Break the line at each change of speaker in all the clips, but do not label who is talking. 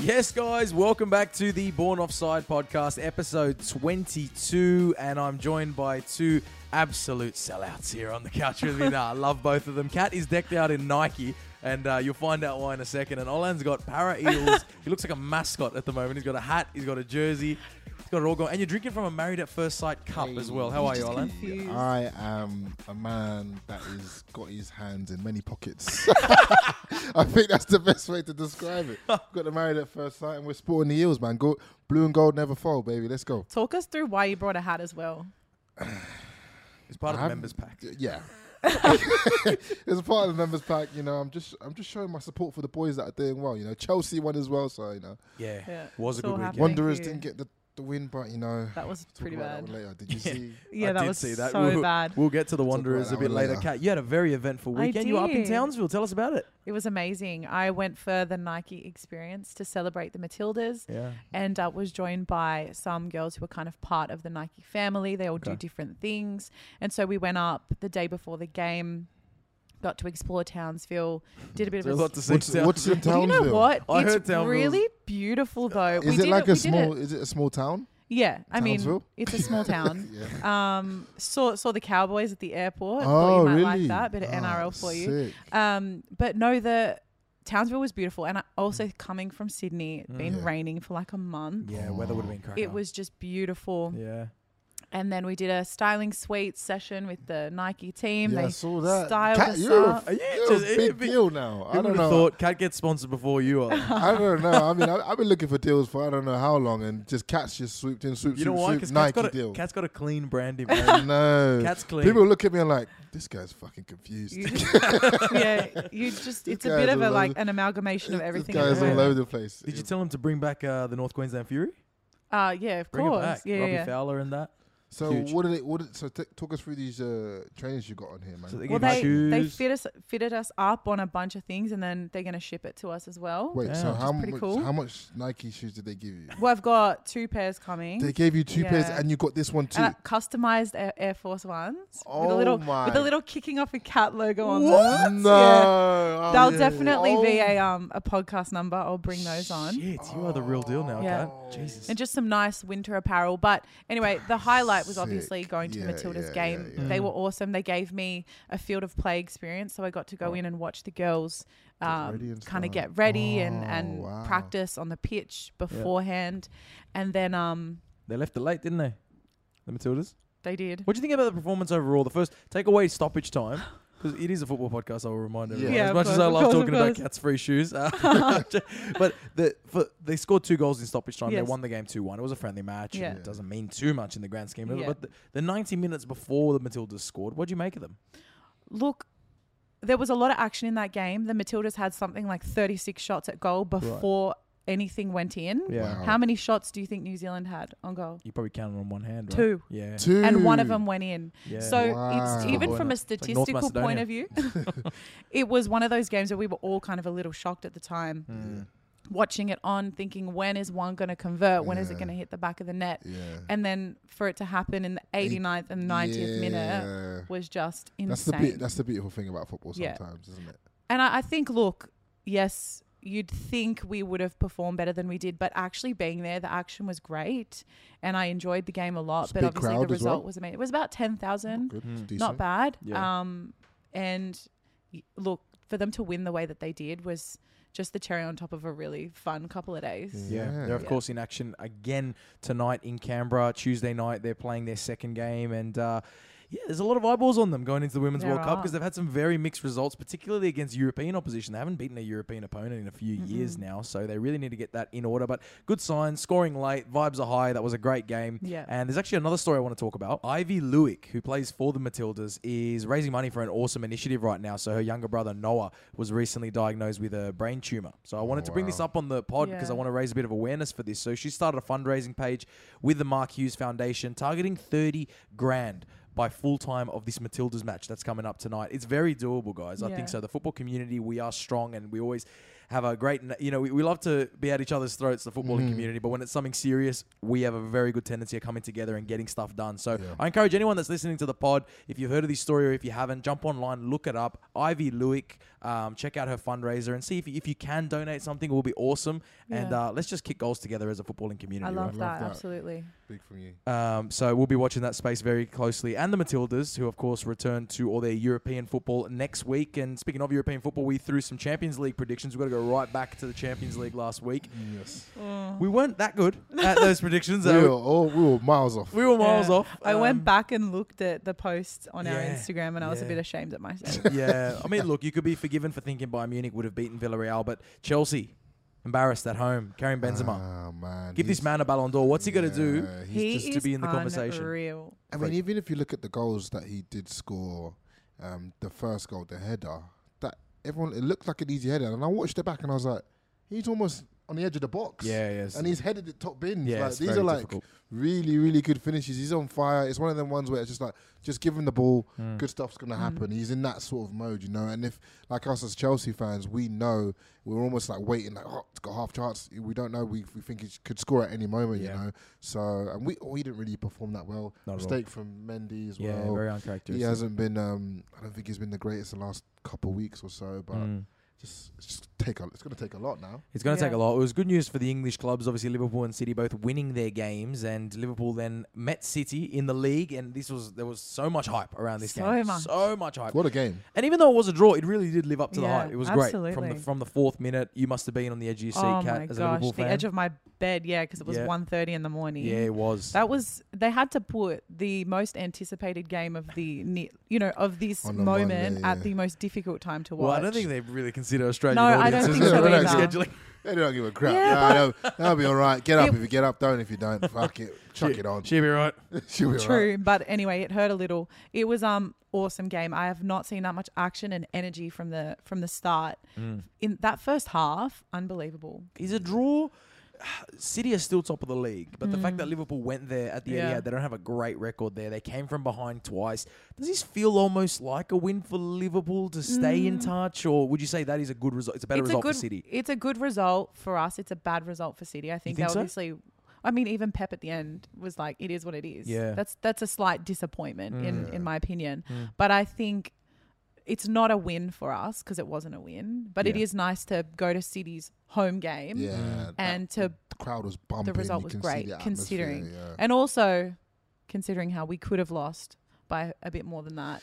Yes, guys, welcome back to the Born Offside podcast, episode 22. And I'm joined by two absolute sellouts here on the couch with me now. I love both of them. Kat is decked out in Nike, and uh, you'll find out why in a second. And Olan's got para eels. he looks like a mascot at the moment. He's got a hat, he's got a jersey, he's got it all going. And you're drinking from a married at first sight cup as well. How are you, Olan?
I am a man that has got his hands in many pockets. I think that's the best way to describe it. Got the married at first sight, and we're sporting the eels, man. Go, blue and gold never fall, baby. Let's go.
Talk us through why you brought a hat as well.
It's part of the
I'm-
members pack.
Yeah, it's part of the members pack. You know, I'm just, I'm just showing my support for the boys that are doing well. You know, Chelsea won as well, so you know,
Yeah,
Yeah.
was a
So
good
happy.
weekend.
Thank
Wanderers
you.
didn't get the, the win, but you know,
That was
talk
pretty
about that
bad.
one later, did you see?
Yeah,
I
that
did
was
see that.
so
we'll,
bad.
We'll get to the Wanderers a
about
bit
that
later.
later.
Kat, you had a very eventful
I
weekend. You were up in
did.
Townsville. Tell us about it.
It was amazing. I went for the Nike experience to celebrate the Matildas
Yeah.
and uh, was joined by some girls who were kind of part of the Nike family. They all do
Okay.
different things. And so we went up the day before the game, got to explore Townsville, did a bit
So a
of a
lot to see.
What's, what's in
Do you
Townsville?
know what?
I
it's
heard Townsville's-
really beautiful though.
Is
we
it
did
like
we
a
did
small? Is it a small town?
Yeah, I mean,
Townsville?
it's a small town. um, saw saw the Cowboys at the airport.
Oh,
Thought you might
really?
like that bit of
Oh,
NRL for you.
sick.
Um, but no, the Townsville was beautiful, and I also coming from Sydney, it been
Yeah.
raining for like a month.
Yeah, weather would have been crazy.
It was just beautiful.
Yeah.
And then we did a styling suite session with the Nike team.
Yeah,
they
I saw that.
styled
Kat,
us
you're a,
up.
Are you
you're
just-
a
it'd
big
be-
deal now. I
Who
don't
would have
know.
thought Cat gets sponsored before you are?
I don't know. I mean, I, I've been looking for deals for I don't know how long, and just cats just swooped in, swooped,
you know
swooped,
why?
swooped,
Because Cat's
Nike
got, a-
deal.
Cat's got a clean brand in
I know.
Cat's clean.
People look at me and like, this guy's fucking confused.
You just, yeah, you just, it's a
guy
bit
is
of
all
a like
over-
an amalgamation of everything.
This
at
guy's
the
all
moment.
over the place.
Did you tell him to bring back uh, the North Queensland Fury?
Uh, yeah, of
Bring it
course.
back.
Yeah,
Robbie
yeah.
Fowler and that.
so
Huge.
what did it? What did, so t- talk us through these uh, trainers you got on here, man.
So they
Well,
Give
they,
you
they
shoes.
fit us fitted us up on a bunch of things, and then they're gonna ship it to us as well.
Wait,
Yeah.
so
Which
how
pretty
much?
cool.
How much Nike shoes did they give you?
Well, I've got two pairs coming.
They gave you two pairs,
Yeah.
and you got this one too.
and I customized Air, Air Force Ones with
Oh
a little
my.
with a little kicking off a cat logo on
What?
them.
No.
Oh, Yeah.
Oh,
That'll
yeah.
definitely
Oh,
be a um a podcast number. I'll bring those on.
Shit, you are the real deal now,
Yeah.
Oh.
Cat. Jesus.
And just some nice winter apparel. But anyway, the highlight was obviously
Sick.
going to
Yeah,
the
yeah,
Matildas game.
yeah, yeah.
They were awesome. They gave me a field of play experience. So I got to go in and watch the girls
ready
um,
and
kind of
stuff.
get ready and,
Oh,
and
wow.
practice on the pitch beforehand. And then um,
They left it late, didn't they? The Matildas.
they did.
What do you think about the performance overall? The first take away stoppage time. Because it is a football podcast, I'll remind everyone.
Yeah,
as
of
much as
course,
I
of
love
course, of
talking about
course.
cats' free shoes, uh, but the, for, they scored two goals in stoppage time. They
Yes.
won the game two one. It was a friendly match.
Yeah.
and It doesn't mean too much in the grand scheme of it.
Yeah.
But the, the 90 minutes before the Matildas scored, what do you make of them?
look, there was a lot of action in that game. The Matildas had something like 36 shots at goal before anything went in.
Yeah.
Wow.
How many shots do you think New Zealand had on goal?
You probably count 'em on one hand. Right?
Two.
Yeah.
Two.
And one of them went in.
Yeah.
So
Wow.
it's even
Boy,
from a
it's like North
statistical point
Macedonia.
of view, it was one of those games where we were all kind of a little shocked at the time,
Hmm.
watching it on, thinking, when is one going to convert? When is it
Yeah.
going to hit the back of the net?
Yeah.
And then for it to happen in the 89th and 90th minute
Yeah.
was just insane.
That's the bit. That's the beautiful thing about football
Yeah.
sometimes, isn't it?
And I, I think, look, yes, you'd think we would have performed better than we did, but actually being there, the action was great, and I enjoyed the game a lot.
It's a
but
big
obviously,
crowd
the
as well.
result was amazing. It was about ten thousand,
Good,
not bad.
Yeah.
Um, and y- look, for them to win the way that they did was just the cherry on top of a really fun couple of days.
Yeah,
Yeah.
they're of
Yeah.
course in action again tonight in Canberra. Tuesday night they're playing their second game, and uh, yeah, there's a lot of eyeballs on them going into the Women's
There
World Cup
are.
because they've had some very mixed results, particularly against European opposition. They haven't beaten a European opponent in a few
Mm-hmm.
years now, so they really need to get that in order. But good sign, scoring late, vibes are high. That was a great game.
Yeah.
And there's actually another story I want to talk about. Ivy Lewick, who plays for the Matildas, is raising money for an awesome initiative right now. So her younger brother Noah was recently diagnosed with a brain tumor. So I wanted to bring this up on the pod because I
Yeah.
want to raise a bit of awareness for this. So she started a fundraising page with the Mark Hughes Foundation targeting 30 grand by full time of this Matildas match that's coming up tonight. It's very doable, guys. I
Yeah.
think so. The football community, we are strong and we always have a great, you know, we, we love to be at each other's throats, the footballing community, but when it's something serious, we have a very good tendency of coming together and getting stuff done. So I encourage anyone that's listening to the pod, if you've heard of this story or if you haven't, jump online, look it up. Ivy Lewick, um, check out her fundraiser and see if you, if you can donate something, it will be awesome. And
Yeah.
uh, let's just kick goals together as a footballing community.
I
right?
love,
love
that,
that.
Absolutely.
Big from you.
Um, so we'll be watching that space very closely. And the Matildas, who of course return to all their European football next week. And speaking of European football, we threw some Champions League predictions. We've got to go right back to the Champions League last week.
Yes.
Mm.
We weren't that good at those predictions.
We were,
though.
all, we were Oh, miles off.
We were miles
Yeah.
off.
I went
Um,
back and looked at the posts on our
yeah,
Instagram and I was
yeah.
a bit ashamed at myself.
yeah, I mean, look, you could be forgiven for thinking Bayern Munich would have beaten Villarreal, but Chelsea embarrassed at home. Karim Benzema,
Ah, man.
give this
he's-
man a Ballon d'Or. What's he going to do?
yeah, he's
he
just
is
to be in the conversation.
unreal.
I mean, even if you look at the goals that he did score, um, the first goal, the header, that everyone it looked like an easy header, and I watched it back and I was like, he's almost on the edge of the box.
Yeah, yes.
And he's headed it top bins.
Yeah,
like,
it's
these
very
are like
difficult.
really, really good finishes. He's on fire. It's one of them ones where it's just like, just give him the ball.
Mm.
Good stuff's gonna happen. He's in that sort of mode, you know. And if like us as Chelsea fans, we know we're almost like waiting, like, oh, it's got half chance. We don't know. We, we think he could score at any moment,
Yeah.
you know. So and we we didn't really perform that well.
Not at all.
Mistake from Mendy as
Yeah,
well.
very
Oh, he
uncharacteristic.
hasn't been. Um, I don't think he's been the greatest the last couple of weeks or so. But
Mm.
just, it's just take a. It's gonna take a lot now.
It's going to take a
Yeah.
lot. It was good news for the English clubs, obviously Liverpool and City both winning their games, and Liverpool then met City in the league, and this was there was so much hype around this
So
game,
much.
so much hype.
What a game!
And even though it was a draw, it really did live up to the
Yeah,
hype. It was great from the
absolutely.
from the fourth minute. You must have been on the edge of your seat,
Oh
Kat,
my
as a Liverpool
gosh, the
fan.
edge of my bed, yeah, because it was
Yeah.
1.30 in the morning.
yeah, it was.
That was they had to put the most anticipated game of the ne- you know of this
On a
moment
Monday,
at
yeah.
the most difficult time to watch.
well, I don't think they really consider Australian
No, I don't
audiences
think
so
when it comes to
either.
scheduling.
They don't give a crap.
Yeah,
Nah, they'll, they'll be all right. Get up
It-
if you get up. Don't if you don't. Fuck it. Chuck it on.
She'll be right.
She'll be all right.
True, but anyway, it hurt a little. It was um awesome game. I have not seen that much action and energy from the from the start.
Mm.
In that first half, unbelievable.
Is a draw. City are still top of the league, but the fact that Liverpool went there at the
Mm. Yeah.
Etihad, they don't have a great record there. They came from behind twice. Does this feel almost like a win for Liverpool to stay in touch, or would you say that is a good result? It's a better result
a good,
for City.
Mm. It's a good result for us. It's a bad result for City. I think,
think
they
so?
obviously. I mean, even Pep at the end was like, "It is what it is."
Yeah. Mm.
that's that's a slight disappointment in in my opinion. But I think it's not a win for us because it wasn't a win. But it
Yeah.
is nice to go to City's home game
Yeah.
Mm.
that-
and to
the crowd was bumping.
the result
you
was
can see
great
the atmosphere,
considering,
yeah.
and also considering how we could have lost by a bit more than that.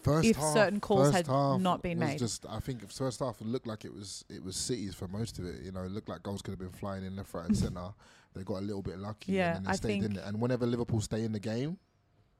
First
if
half,
certain calls
first
had
half
not been
was
made.
Just, I think if first half it looked like it was it was cities for most of it. You know, it looked like goals could have been flying in left, right, and centre. They got a little bit lucky. and
Yeah,
then they
I
stayed in
think-
it. And whenever Liverpool stay in the game,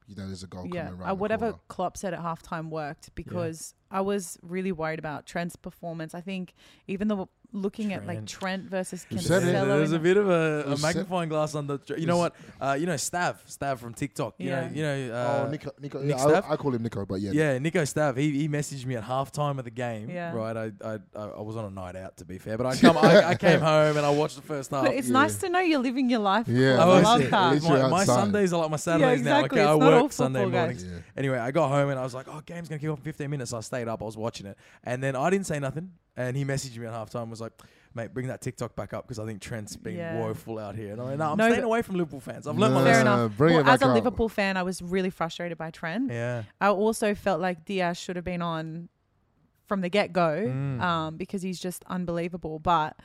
you know, there's a goal
yeah,
coming
uh,
around.
whatever
The corner.
Klopp said at halftime worked because I was really worried about Trent's performance. I think even though looking at like
Trent.
Trent versus
Who said it?
Cancelo,
There was
in
a
the-
bit of a, a
Who's set-
magnifying glass on the. You know what? Uh, you know Stav, Stav from TikTok. You
Yeah.
know, you know. Uh,
oh, Nico, Nico,
Nick
yeah,
Stav?
I, I call him Nico, but yeah,
Yeah, Nico Stav, he, he messaged me at halftime of the game.
Yeah.
Right, I, I I I was on a night out to be fair, but I come I, I came home and I watched the first half.
But it's nice to know you're living your life.
Yeah,
Klopp. I
was-
love
it.
that.
least
My,
you're
my
outside.
Sundays are like my Saturdays
exactly.
now. Like,
It's
I
not all
work Sunday
football,
mornings.
guys.
Yeah.
Anyway, I got home and I was like, oh, game's going to kick off in 15 minutes. So I stayed up. I was watching it. And then I didn't say nothing. And he messaged me at halftime was like, mate, bring that TikTok back up because I think Trent's been
Yeah.
woeful out here. And I'm like, no, I'm
No,
staying
but-
away from Liverpool fans. I've learned my
No,
Fair
lesson.
Uh,
enough.
bring
Well,
it
as
back
a
up.
Liverpool fan, I was really frustrated by Trent.
Yeah.
I also felt like Diaz should have been on from the get go
Mm.
um, because he's just unbelievable. But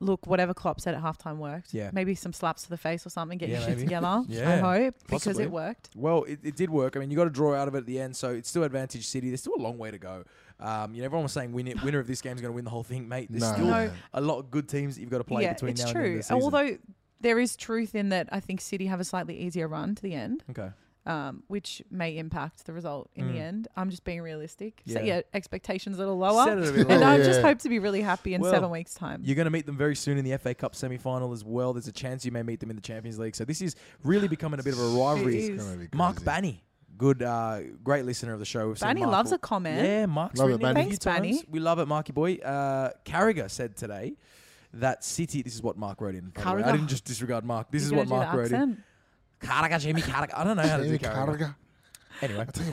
look, whatever Klopp said at halftime worked.
Yeah.
Maybe some slaps to the face or something, get
Yeah,
your shit
maybe.
together. I
Yeah,
hope because
possibly.
it worked.
Well, it, it did work. I mean, you got to draw out of it at the end, so it's still advantage City. There's still a long way to go. Um, you know, everyone was saying win it, winner of this game is going to win the whole thing, mate. There's
No.
still
No.
a lot of good teams that you've got to play between now and the end of the season.
Although there is truth in that I think City have a slightly easier run to the end.
okay,
um, which may impact the result in
Mm.
the end. I'm just being realistic. Set
Yeah.
your expectations a little lower.
Set it a bit
and
lower.
I
Yeah.
just hope to be really happy in
Well,
seven weeks' time.
You're going to meet them very soon in the FA Cup semi final as well. There's a chance you may meet them in the Champions League. So this is really becoming a bit of a rivalry.
is.
It's gonna be
Mark
crazy.
Banny, good, uh, great listener of the show. We've seen
Banny
Mark
loves
all-
a comment.
Yeah, Mark's
Love it,
written in a
Banny.
few
Thanks, Banny.
times. We love it, Marky boy. Uh, Carragher said today that City. This is what Mark wrote in. by the way. I
Carragher.
didn't just disregard Mark. This
You
is
gonna
what
do the
Mark wrote in.
accent?
Carragher, Jamie Carragher. I don't know how to do
Jamie
Carragher.
Carragher.
Anyway,
I tell you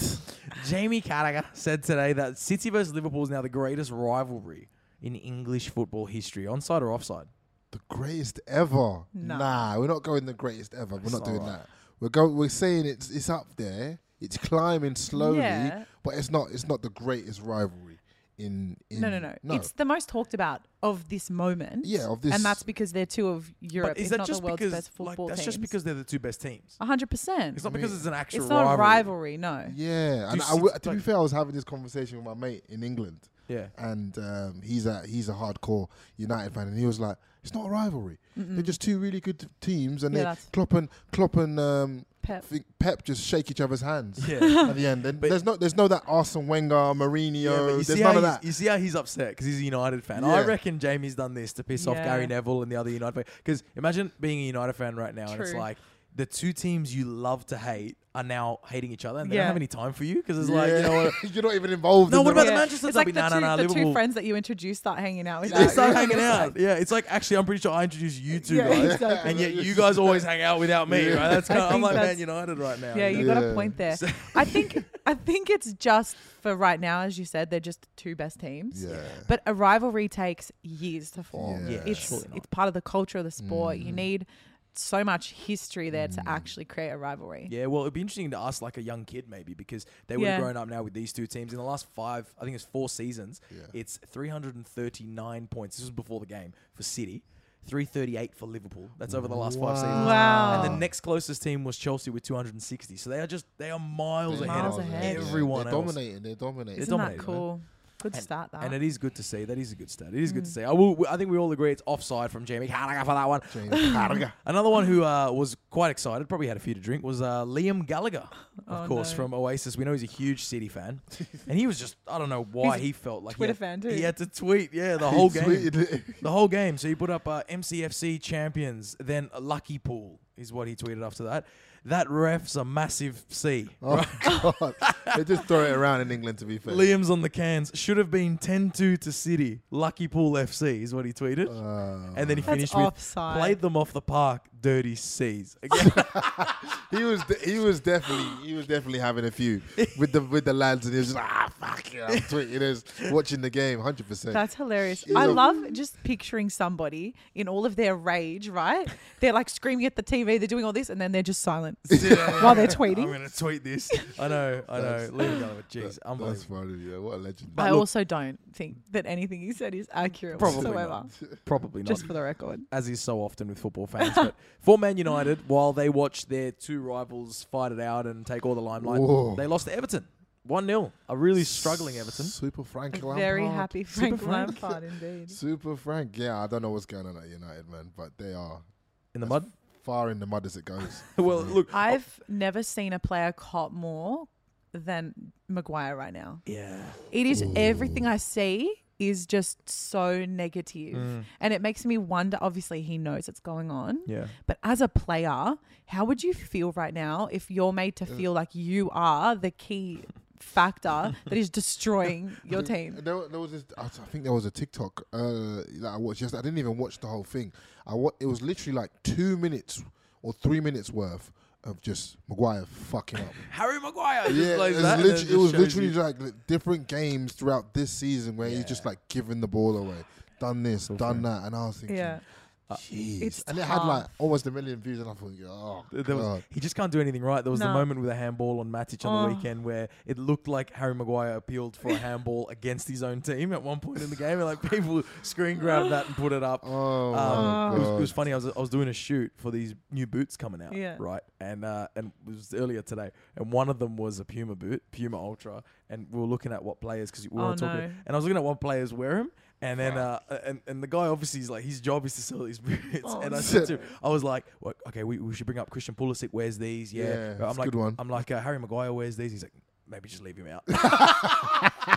mate.
Jamie Carragher said today that City versus Liverpool is now the greatest rivalry in English football history, onside or offside.
The greatest ever.
No.
Nah, we're not going the greatest ever. We're
That's
not doing
all right.
that. We're go. We're saying it's it's up there. It's climbing slowly,
Yeah.
but it's not. It's not the greatest rivalry in. in
No, no, no,
no.
It's the most talked about of this moment.
Yeah, of this-
And that's because they're two of Europe,
but is
if
that
not
just
the world's
because
best
like,
football
that's
teams.
just because they're the two best teams?
100%.
It's not because it's an actual
It's not a
rivalry.
rivalry, no.
yeah, and
you
I
see-
w- to be
like-
fair, I was having this conversation with my mate in England,
Yeah.
and um, he's a he's a hardcore United fan, and he was like, "It's not a rivalry. They're just two really good teams, and
Yeah,
they
that's-
Klopp and Klopp and um,
Pep.
think Pep just shake each other's hands
Yeah.
at the end. And
But-
there's no there's no that Arsene Wenger, Mourinho.
Yeah, but you
there's
see,
none
how
of
he's-
that.
you see how he's upset because he's a United fan. I
Yeah.
reckon Jamie's done this to piss off
Yeah.
Gary Neville and the other United fan. Because imagine being a United fan right now and it's
True.
like the two teams you love to hate are now hating each other and they
Yeah.
don't have any time for you because it's like, you know what?
are not even involved.
No,
in
what
the-
about the Manchester
It's like
derby?
the,
Nah,
two,
nah, nah,
the
Liverpool.
two friends that you introduced start hanging out with.
They start
you.
hanging
It's
out.
like-
yeah, it's like actually, I'm pretty sure I introduced you two
Yeah,
guys,
exactly.
and yet you guys always hang out without me. Right? That's
I
kind of, I'm
think
like Man
that's-
United right now.
Yeah,
you
you
know?
got
Yeah.
a point there. I think I think it's just for right now, as you said, they're just the two best teams.
Yeah.
But a rivalry takes years to form.
Yeah. Yeah,
it's
surely not. Mm.
it's part of the culture of the sport. You need so much history there to actually create a rivalry.
Yeah, well, it'd be interesting to ask like a young kid maybe because they would have
Yeah.
grown up now with these two teams in the last five. I think it's four seasons.
Yeah.
It's 339 points. This was before the game for City. 338 for Liverpool. That's over the last five seasons.
Wow.
And the next closest team was Chelsea with 260. So they are just they are miles,
They're
ahead
Miles
of
ahead.
Yeah,
everyone
They're
else.
dominating. They're dominating.
It's
Isn't that
dominating, man.
cool? Good
And-
start that. Mm.
And it is good to see. That is a good stat. It is good to see. I will. I think we all agree it's offside from Jamie Carragher for that one.
James Carragher.
Another one who uh, was quite excited, probably had a few to drink, was uh, Liam Gallagher, of
Oh,
course,
no.
from Oasis. We know he's a huge City fan, and he was just—I don't know why
He's a
he felt like
Twitter
he had,
fan too.
He had to tweet, yeah, the whole game,
Tweeted it.
the whole game. So he put up uh, MCFC champions, then Lucky Pool is what he tweeted after that. That ref's a massive C.
Oh God! they just throw it around in England. To be fair,
Liam's on the cans. Should have been 10-2 to City. Lucky Pool FC is what he tweeted.
Uh,
and then he
That's
finished with
offside.
played them off the park, dirty C's. Again,
he was de- he was definitely he was definitely having a few with the with the lads, and he was just like, ah fuck yeah, I'm tweeting this, watching the game, hundred percent.
That's hilarious.
She's
I
a-
love just picturing somebody in all of their rage, right? They're like screaming at the TV, they're doing all this, and then they're just silent. While they're tweeting.
I'm going to tweet this. I know, I know. Liam Gallagher, jeez,
That's
unbelievable.
funny. Yeah, what a legend.
But
I
look-
also don't think that anything he said is accurate
Probably
whatsoever.
not. Probably not.
Just for the record.
as is so often with football fans, but for Man United, while they watched their two rivals fight it out and take all the limelight,
Whoa.
they lost to Everton, one 0 A really struggling Everton.
Super Frank Lampard.
Very happy Frank
Frank.
Lampard indeed.
Super Frank. Yeah, I don't know what's going on at United, man, but they are
in the mud.
far in the mud as it goes.
well, look,
I've never seen a player caught more than Maguire right now.
yeah,
It is everything I see is just so negative. And it makes me wonder obviously he knows it's going on.
Mm. yeah.
But as a player, how would you feel right now if you're made
Uh,
to feel like you are the key factor that is destroying your team?
There, there was this, I I think there was a TikTok uh, that I watched yesterday. I didn't even watch the whole thing. I wa- it was literally like two minutes or three minutes worth of just Maguire fucking up.
Harry Maguire. just
yeah, it
plays
was,
that and
lit-
just
it was
shows you-
literally like li- different games throughout this season where he's just
Yeah.
like giving the ball away, done this, done that, and I was thinking,
Yeah.
jeez.
It's
and it had like
tough.
almost a million views, and I thought, oh,
There was,
God.
he just can't do anything right. There was the
No.
moment with a handball on Matic on the
Oh.
weekend where it looked like Harry Maguire appealed for a handball against his own team at one point in the game, and like people screen grabbed that and put it up.
oh,
Um,
my
it, was, it
God.
was funny. I was I was doing a shoot for these new boots coming out,
Yeah.
right? And uh, and it was earlier today, and one of them was a Puma boot, Puma Ultra, and we were looking at what players because we were
Oh,
talking,
no.
and I was looking at what players wear them, And then, uh, and, and the guy obviously is like, his job is to sell these boots.
Oh,
and I said to him, I was like, well, okay, we, we should bring up Christian Pulisic wears these. Yeah.
Yeah,
I'm
that's a
like,
good one.
I'm like, uh, Harry Maguire wears these. He's like, maybe just leave him out.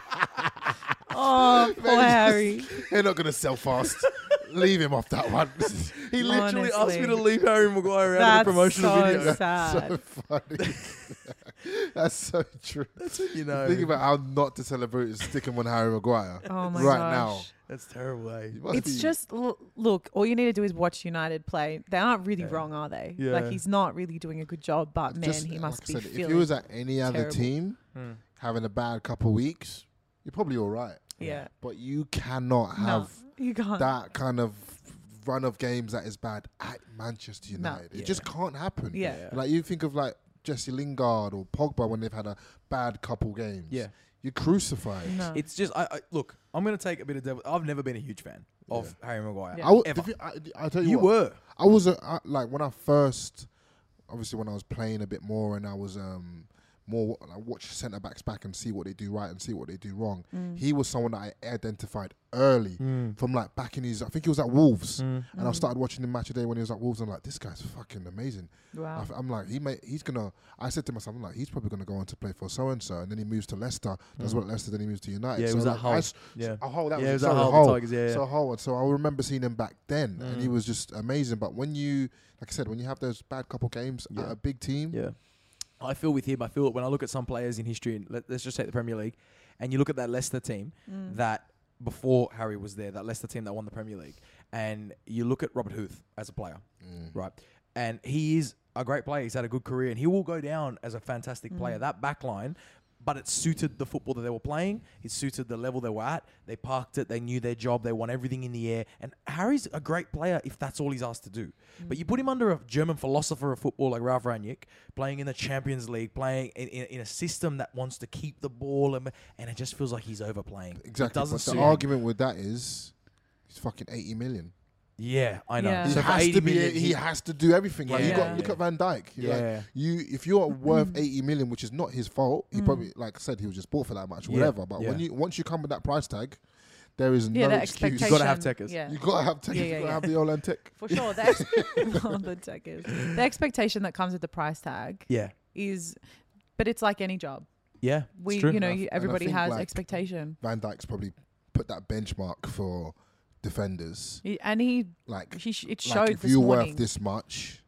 Oh, poor Harry.
They're not gonna sell fast. Leave him off that one.
he literally asked me to
Honestly.
leave Harry Maguire out of
That's
the promotional
so
video.
sad.
so funny. That's so true.
That's what you know.
Think about how not to celebrate is sticking on Harry Maguire
Oh my
right now.
gosh.
That's terrible. eh?
You must
It's
be-
just l- look. All you need to do is watch United play. They aren't really wrong, are they?
Yeah.
Like he's not really doing a good job. But man,
just,
he
like
must
I
be
said,
feeling.
If he was at any other
terrible.
team,
Hmm.
having a bad couple of weeks, you're probably all right.
yeah.
But you cannot have
no, you can't.
that kind of run of games that is bad at Manchester
No.
United. It just can't happen.
Yeah. Yeah.
Like you think of like Jesse Lingard or Pogba when they've had a bad couple games.
Yeah.
You're crucified.
no.
It's just, I, I look, I'm going to take a bit of devil. I've never been a huge fan of Harry Maguire.
I, w-
ever.
the thi- I, I tell you,
You
what,
were.
I was a, I, like when I first, obviously when I was playing a bit more and I was um more wa- like watch centre backs back and see what they do right and see what they do wrong.
Mm.
He was someone that I identified early
Mm.
Hmm.
from like back in his. I think he was at Wolves, and I started watching him match a day when he was at Wolves. I'm like, this guy's fucking amazing.
Wow.
I, am like, he may, he's gonna. I said to myself, I'm like, he's probably gonna go on to play for so and so, and then he moves to Leicester. Does well at Leicester, then he moves to United.
Mm. Yeah, it
so
was at
like,
Hull.
I s-
Yeah.
Oh, Hull, that
Yeah, it was
was,
at
sorry,
Hull, the Tigers, yeah, Mm. yeah.
So Howard. So I remember seeing him back then, and he was just amazing. But when you, like I said, when you have those bad couple games at a big team,
Yeah. I feel with him. I feel it when I look at some players in history, and let, let's just take the Premier League, and you look at that Leicester team that before Harry was there, that Leicester team that won the Premier League, and you look at Robert Huth as a player, right? And he is a great player. He's had a good career, and he will go down as a fantastic player. That back line. But it suited the football that they were playing. It suited the level they were at. They parked it. They knew their job. They won everything in the air. And Harry's a great player if that's all he's asked to do.
Mm.
But you put him under a German philosopher of football like Ralph Rangnick, playing in the Champions League, playing in, in, in a system that wants to keep the ball, and, and it just feels like he's overplaying. It
exactly.
doesn't
but the
suit him.
argument with that is, he's fucking 80 million.
Yeah, I know.
Yeah.
He
So for
has
80
to be.
million,
he, has to do everything. Like you
Yeah.
got
Yeah.
look at Van Dyke.
Yeah.
Like, you if you're
Mm.
worth 80 million, which is not his fault, he probably like I said he was just bought for that much,
Yeah.
whatever. But when
Yeah.
you once you come with that price tag, there is
yeah,
no
that
excuse.
expectation.
You gotta have Tekers.
Yeah.
You gotta have tech.
Yeah,
you
yeah,
gotta
yeah.
have the Olan tech.
For sure. The, ex- Oh, the Tekers. The expectation that comes with the price tag
yeah,
is, but it's like any job.
yeah.
We,
it's true.
you know,
And I-
you,
and I
everybody
think,
has
like,
expectation.
Van Dyke's probably put that benchmark for defenders.
He- And he,
Like,
he sh- it
like
showed
if
this
you're
morning.
worth this much,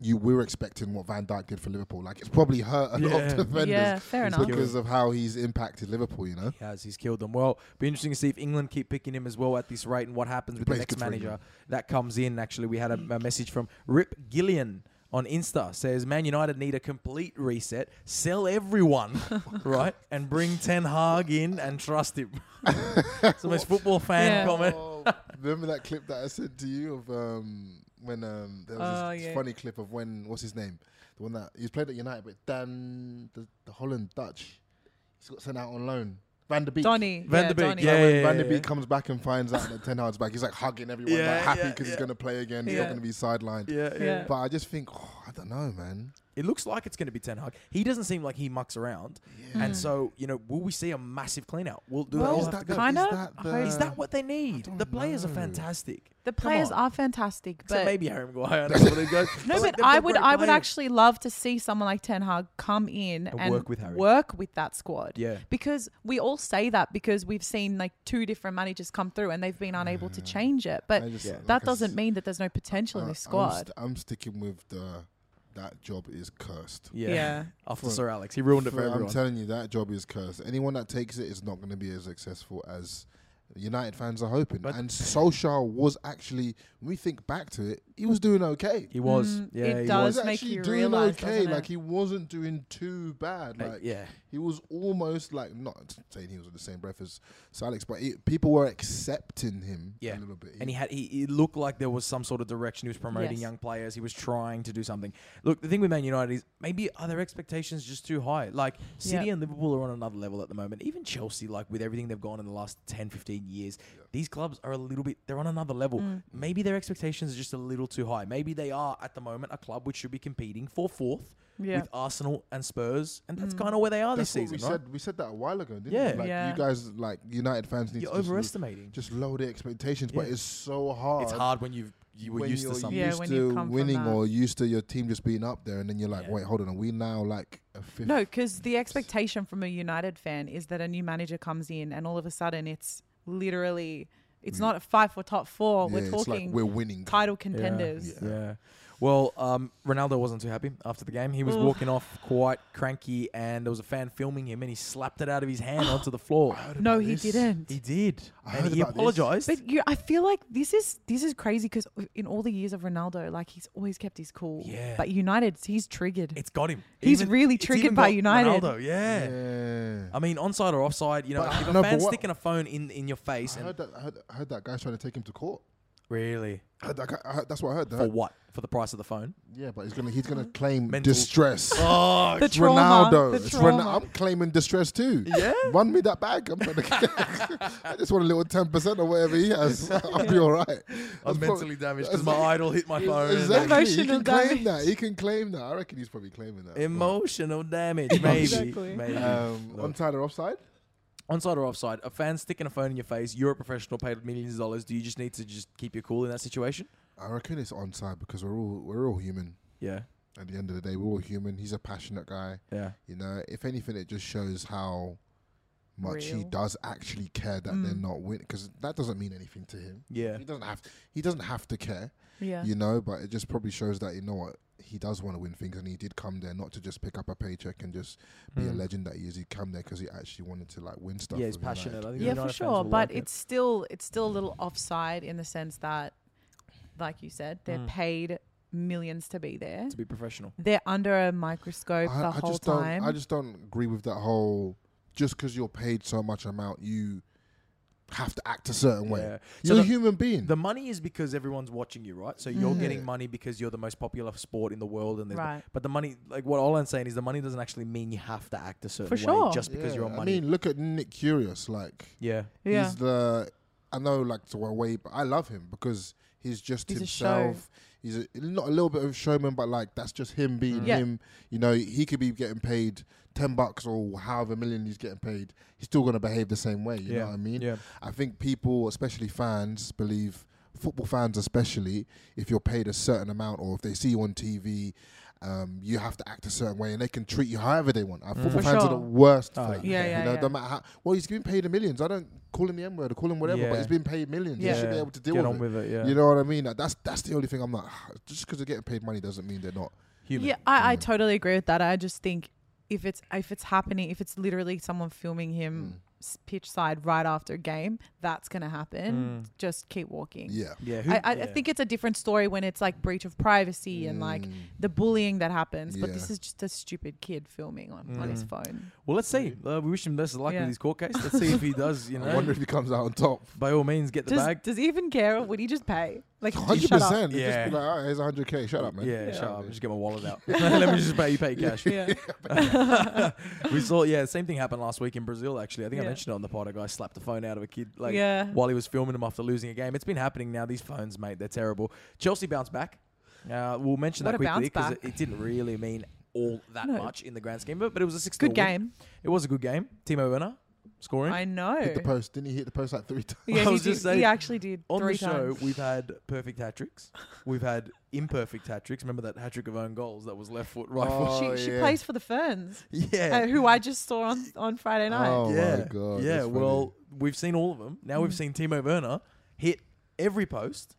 you were expecting what Van Dyke did for Liverpool. Like, it's probably hurt a lot
Yeah.
of defenders
yeah, fair
It's
enough.
like-
because of how he's impacted Liverpool. You know,
He has. He's killed them. Well, be interesting to see if England keep picking him as well at this rate and what happens with the
plays
next
good for
manager
England.
that comes in. Actually, we had a, a message from Rip Gillian on Insta says Man United need a complete reset, sell everyone, right, and bring Ten Hag in and trust him. it's the most football fan
Yeah.
comment.
Oh. remember that clip that I sent to you of um, when um, there was
Oh,
this
yeah.
funny clip of when what's his name, the one that he was played at United, but Dan the, the Holland Dutch, he's got sent out on loan. Van der Beek.
Donny.
Van
yeah,
der Beek,
Donny.
yeah,
when
yeah,
Van der
yeah.
Beek comes back and finds out that Ten Hag's back, he's like hugging everyone,
Yeah,
like happy
yeah,
because
yeah.
he's gonna play again. He's not
Yeah.
gonna be sidelined.
Yeah, yeah.
Yeah.
But I just think, oh, I don't know, man.
It looks like it's going to be Ten Hag. He doesn't seem like he mucks around.
Hmm.
And so, you know, will we see a massive clean out? Will do
Well,
they all
is
have
that
to go?
the-
Kind
is
of.
that
I hope-
Is
Uh,
that what they need?
don't
The players are
know.
fantastic.
The players
on.
are fantastic,
Except
but
maybe Harry Maguire. I don't know where they go.
No,
Like,
but
they've
I
got
would
great
I would
players.
actually love to see someone like Ten Hag come in and,
work with Harry.
work with that squad.
Yeah.
Because we all say that because we've seen like two different managers come through and they've been unable to change it. But
I just- Yeah.
that
like I
doesn't
s-
mean that there's no potential in
Uh,
this squad.
I'm, st- I'm sticking with the that job is cursed.
Yeah.
Yeah.
After Sir Alex, he ruined it for
For- I'm
everyone.
telling you, that job is cursed. Anyone that takes it is not going to be as successful as United fans are hoping.
But-
and Solskjaer was actually, when we think back to it, he was doing okay.
he was.
Mm,
yeah,
it
he
was
does.
was.
make
actually
you
doing
realise,
okay.
doesn't it?
Like he wasn't doing too bad.
Uh,
Like
yeah.
he was almost like not saying he was in the same breath as Sir Alex, but he, people were accepting him
Yeah.
a little bit.
And he had he, he looked like there was some sort of direction. He was promoting
Yes.
young players. He was trying to do something. Look, the thing with Man United is maybe are their expectations just too high? Like City
Yeah.
and Liverpool are on another level at the moment. Even Chelsea, like with everything they've gone in the last 10, 15 years, these clubs are a little bit, they're on another level.
Mm.
Maybe their expectations are just a little too high. Maybe they are, at the moment, a club which should be competing for fourth
Yeah. Mm.
with Arsenal and Spurs. And that's kind of where they are
That's
this
what we
season, right?
said. We said that a while ago, didn't
Yeah.
we? Like
Yeah.
you guys, like United fans, need
You're
to just-
overestimating.
Just, lower the expectations, but
Yeah.
it's so hard.
it's hard when you've, you were
when
used to
you're
something.
Yeah,
used
when you've
to
come from
winning
that.
or used to your team just being up there, and then you're like,
Yeah.
wait, hold on, are we now like a fifth?
No, because the expectation from a United fan is that a new manager comes in and all of a sudden it's literally it's not a five for top four.
Yeah,
we're
it's
talking
like we're winning.
title contenders.
Yeah. Well, um, Ronaldo wasn't too happy after the game. He was walking off quite cranky, and there was a fan filming him, and he slapped it out of his hand onto the floor.
No,
about
he
this.
didn't.
He did,
I
and
heard
he
about this.
apologized.
but you, I feel like this is this is crazy because in all the years of Ronaldo, like he's always kept his cool.
Yeah.
But United, he's triggered.
It's got him.
He's really
it's
triggered
even
by
got
United.
Ronaldo, yeah.
Yeah.
I mean, onside or offside, you know,
But-
if a
no, but
fan's
what-
sticking a phone in, in your face,
I
and
heard that. I heard, I heard that guy's trying to take him to court.
really,
I heard that guy, I heard, that's what I heard. I
for
heard-
what? For the price of the phone?
yeah, but he's gonna he's gonna claim
Mental-
distress.
Oh,
the
It's
trauma.
Ronaldo.
The
It's
trauma.
Ron- I'm claiming distress too.
Yeah?
Run me that bag. I'm gonna I just want a little ten percent or whatever he has. I'll be all right.
I'm
That's
mentally
probably-
damaged because my idol hit my phone. and-
Exactly. he
Emotional
can claim
damage.
that. He can claim that. I reckon he's probably claiming that.
Emotional damage, maybe.
Exactly.
maybe.
Um,
Look.
on Tyler offside.
Onside or offside, a fan sticking a phone in your face, you're a professional paid millions of dollars. Do you just need to just keep your cool in that situation?
I reckon it's onside because we're all we're all human.
Yeah.
At the end of the day, we're all human. He's a passionate guy.
Yeah.
You know, if anything, it just shows how much he
Real. Mm.
does actually care that they're not winning because that doesn't mean anything to him.
Yeah.
He doesn't have he doesn't have to care.
yeah.
you know. But it just probably shows that you know what he does want to win things, and he did come there not to just pick up a paycheck and just be
Mm.
a legend that he is. He come there because he actually wanted to like win stuff.
Yeah, he's
with United.
passionate. I think
yeah,
United
for
fans
sure.
will
But
like it.
it's still it's still a little offside in the sense that, like you said, they're paid millions to be there.
To be professional.
They're under a microscope the whole
just
time.
don't. I just don't agree with that whole. Just because you're paid so much amount, you have to act a certain
Yeah.
way.
So
You're a
the-
human Mm. being.
The money is because everyone's watching you, right? So you're getting money because you're the most popular sport in the world, and there's-
Right.
But the money, like what Olan's saying, is the money doesn't actually mean you have to act a certain
For
way
sure.
just because
Yeah,
you're on
I
money.
mean, look at Nick Curious. Like
yeah,
yeah.
he's the. I know, like to a way, but I love him because he's just
He's a show.
himself. he's a, not a little bit of showman, but like that's just him being
Yeah.
him. You know, he could be getting paid ten bucks or however million he's getting paid. He's still gonna behave the same way. You
Yeah.
know what I mean?
Yeah.
I think people, especially fans, believe football fans, especially if you're paid a certain amount or if they see you on TV. Um, you have to act a certain way, and they can treat you however they want. Uh,
Mm.
Football
For
fans are the
sure.
worst.
Oh,
for that.
Yeah,
you
yeah,
know,
yeah.
no matter how. Well, he's been paid the millions. I don't call him the M word or call him whatever,
Yeah.
but he's been paid millions.
Yeah.
He should be able to deal
Get
with
on
it.
with it. Yeah,
You know what I mean? Like, That's that's the only thing I'm like. "Ah, Just because they're getting paid money doesn't mean they're not.
human.
Yeah, I, I totally agree with that. I just think if it's if it's happening, if it's literally someone filming
Mm.
him s pitch side right after a game, that's gonna happen. Just keep walking.
Yeah.
Mm. Yeah, who-
I, I, I
yeah. Mm.
think it's a different story when it's like breach of privacy and like
Mm.
the bullying that happens. But
Yeah.
this is just a stupid kid filming on, on
Mm.
his phone.
Well, let's see. Uh, we wish him best of luck
Yeah.
with his court case. Let's see if he does. You know,
I wonder if he comes out on top.
by all means, get the
Does,
bag.
does he even care? Or would he just pay? Like, just
Hundred
shut up.
percent. Just be
Yeah.
like, all right, here's hundred k. Shut up, man.
Yeah, shut up. Just get my wallet out. Let me just pay you pay cash.
Yeah.
we saw, yeah, same thing happened last week in Brazil. Actually, I think I
Yeah.
mentioned it on the pod. A guy slapped the phone out of a kid, like
Yeah.
while he was filming him after losing a game. It's been happening now. These phones, mate, they're terrible. Chelsea bounced back. Uh, we'll mention
What
that
a bounce
quickly because it,
back.
it didn't really mean all that
No.
much in the grand scheme of it. But it was a six.
Good game.
It was a good game. Timo Werner scoring.
I know.
Hit the post. Didn't he hit the post like three times?
Yeah,
I
he,
was
did,
just saying,
he actually did
on
three
the show,
times.
we've had perfect hat tricks. We've had imperfect hat tricks. Remember that hat trick of own goals that was left foot, right foot?
Oh,
she she
yeah.
plays for the Ferns, uh,
Yeah.
who I just saw on, on Friday night.
Oh
yeah.
my god.
Yeah.
that's Mm.
Well, we've seen all of them. Now we've seen Timo Werner hit every post,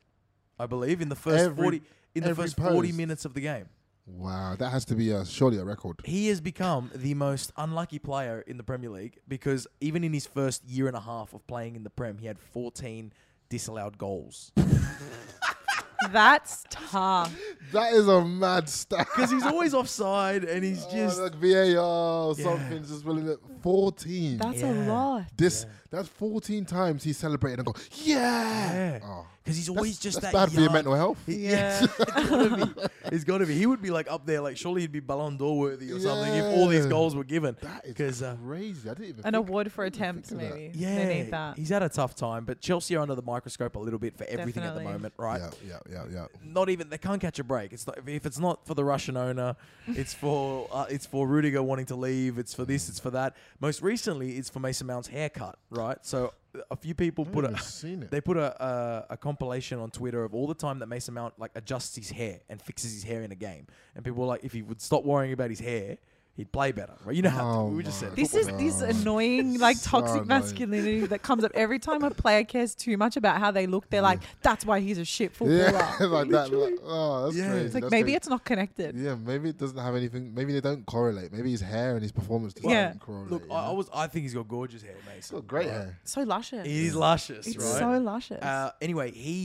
I believe, in the first
Every-
forty in the
every
first forty
post.
minutes of the game.
funny. wow, that has to be uh, surely a record.
He has become the most unlucky player in the Premier League because even in his first year and a half of playing in the Prem, he had fourteen disallowed goals.
That's tough.
That is a mad stat.
because he's always offside and he's
Oh,
just
like VAR or something, just willing it. 14.
That's
Yeah.
a lot.
this that's 14 times he celebrated and go, yeah.
Yeah.
Oh,
because he's always just
that's
that
bad for your
young-
mental health.
He- Yeah, it's gotta be. It's gotta be. He would be like up there, like surely he'd be Ballon d'Or worthy or something if all these
Yeah.
goals were given.
That is
Because uh,
crazy. I didn't even
An
think
award for attempts,
of that.
maybe.
yeah,
They need that.
he's had a tough time, but Chelsea are under the microscope a little bit for everything at the
Definitely.
moment, right?
Yeah, yeah, yeah, yeah.
Not even they can't catch a break. It's not, if it's not for the Russian owner, it's for uh, it's for Rudiger wanting to leave. It's for this. It's for that. Most recently, it's for Mason Mount's haircut, right? So a few people put
even
a
seen it.
they put a, a a compilation on Twitter of all the time that Mason Mount like adjusts his hair and fixes his hair in a game, and people were like, if he would stop worrying about his hair, he'd play better. Right? You know how
Oh
we just
my
said
This is this annoying, like
So
toxic
annoying.
masculinity that comes up every time a player cares too much about how they look. They're like, "That's why he's a shit footballer."
Yeah, like that. Like, oh, that's
Yeah.
crazy.
It's like
that's
maybe
crazy.
it's not connected.
Yeah, maybe it doesn't have anything. Maybe they don't correlate. Maybe his hair and his performance doesn't
Yeah.
correlate.
Look,
you
I, I
know?
was I think he's got gorgeous hair, Mason.
Got great
right?
hair.
So luscious.
It is luscious,
It's
right?
so luscious.
Uh, anyway, he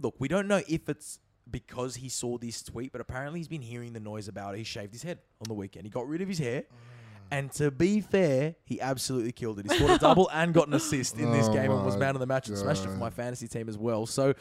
look. We don't know if it's because he saw this tweet, but apparently he's been hearing the noise about it. He shaved his head on the weekend. He got rid of his
Mm.
hair. And to be fair, he absolutely killed it. He scored a double and got an assist in this
Oh
game and was
my
man of the match and smashed it for
God.
my fantasy team as well. So,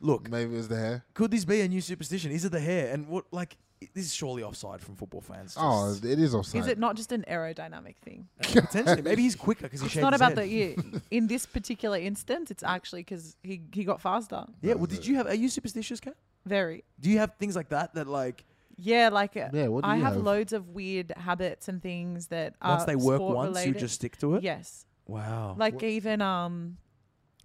look,
Maybe it was the hair.
could this be a new superstition? Is it the hair? And what, like, this is surely offside from football fans.
Oh,
Just
it is offside.
is it not just an aerodynamic thing?
potentially. Maybe he's quicker because he
It's
shaved
not
his
about
head.
the yeah. In this particular instance, it's actually because he he got faster.
Yeah, well, did you have, are you superstitious, Kat?
Very.
Do you have things like that that, like,
Yeah, like uh,
Yeah, what do
I
you
have,
have?
loads of weird habits and things that
once
are
they work
Uh, sport
once, you
related.
just stick to it?
yes,
Wow.
like even um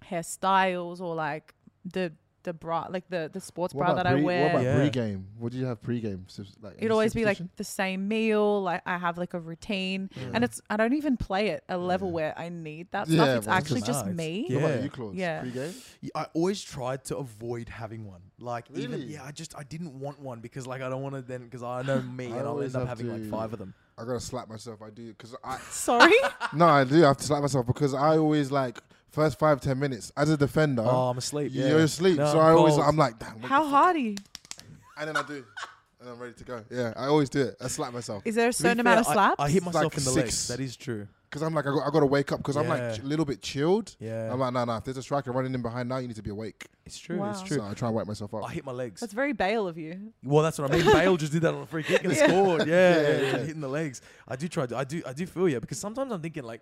hairstyles or like the the bra like the the sports
What
bra
about
that
pre,
I wear.
What about
Yeah.
pre-game? What did you have pre-game? Sus- Like any
It'd always be like
superstition?
the same meal. Like I have like a routine, and it's I don't even play it a level where I need that
Yeah,
stuff.
well, it's
It's actually
just-
just
Ah, it's-
me.
yeah.
What about you, Claude?
Yeah.
Pre-game.
I always tried to avoid having one. Like even
Really?
yeah, I just I didn't want one because like I don't want to then because I know me
I
and I'll
always
end up
have
having like
to-
five of them.
I gotta slap myself. I do because I
Sorry,
no, I do have to slap myself because I always like first five ten minutes as a defender.
Oh, I'm asleep. Yeah.
You're asleep,
No,
so
I'm
I always
cold.
I'm like, damn. what
how
the
hardy?
f-" And then I do, and I'm ready to go. Yeah, I always do it. I slap myself
Is there a
To be
certain
fair,
amount of
I-
slaps?
I, hit
Like
myself in the legs.
six.
That is true.
because I'm like I got, I got to wake up because I'm
Yeah.
like a little bit chilled.
Yeah.
I'm like, no, no. If there's a striker running in behind now, you need to be awake.
It's true. It's
Wow.
true.
So I try and wake myself up.
I hit my legs.
That's very Bale of you.
well, that's what I mean. Bale just did that on a free kick and
Yeah.
scored. Yeah,
Yeah,
yeah,
yeah.
hitting the legs. I do try to. I do. I do feel you because sometimes I'm thinking like,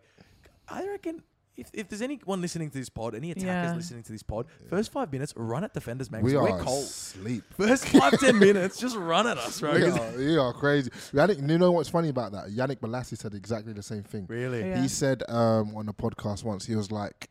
I reckon. If, if there's anyone listening to this pod, any attackers
Yeah.
listening to this pod, first five minutes, run at defenders, man.
we
'cause
are
we're cold.
asleep.
First five ten minutes, just run at us, right?
We
'Cause-
are, we are crazy. Yannick, you know what's funny about that? Yannick Balassi said exactly the same thing.
Really?
Yeah.
He said um, on a podcast once, he was like,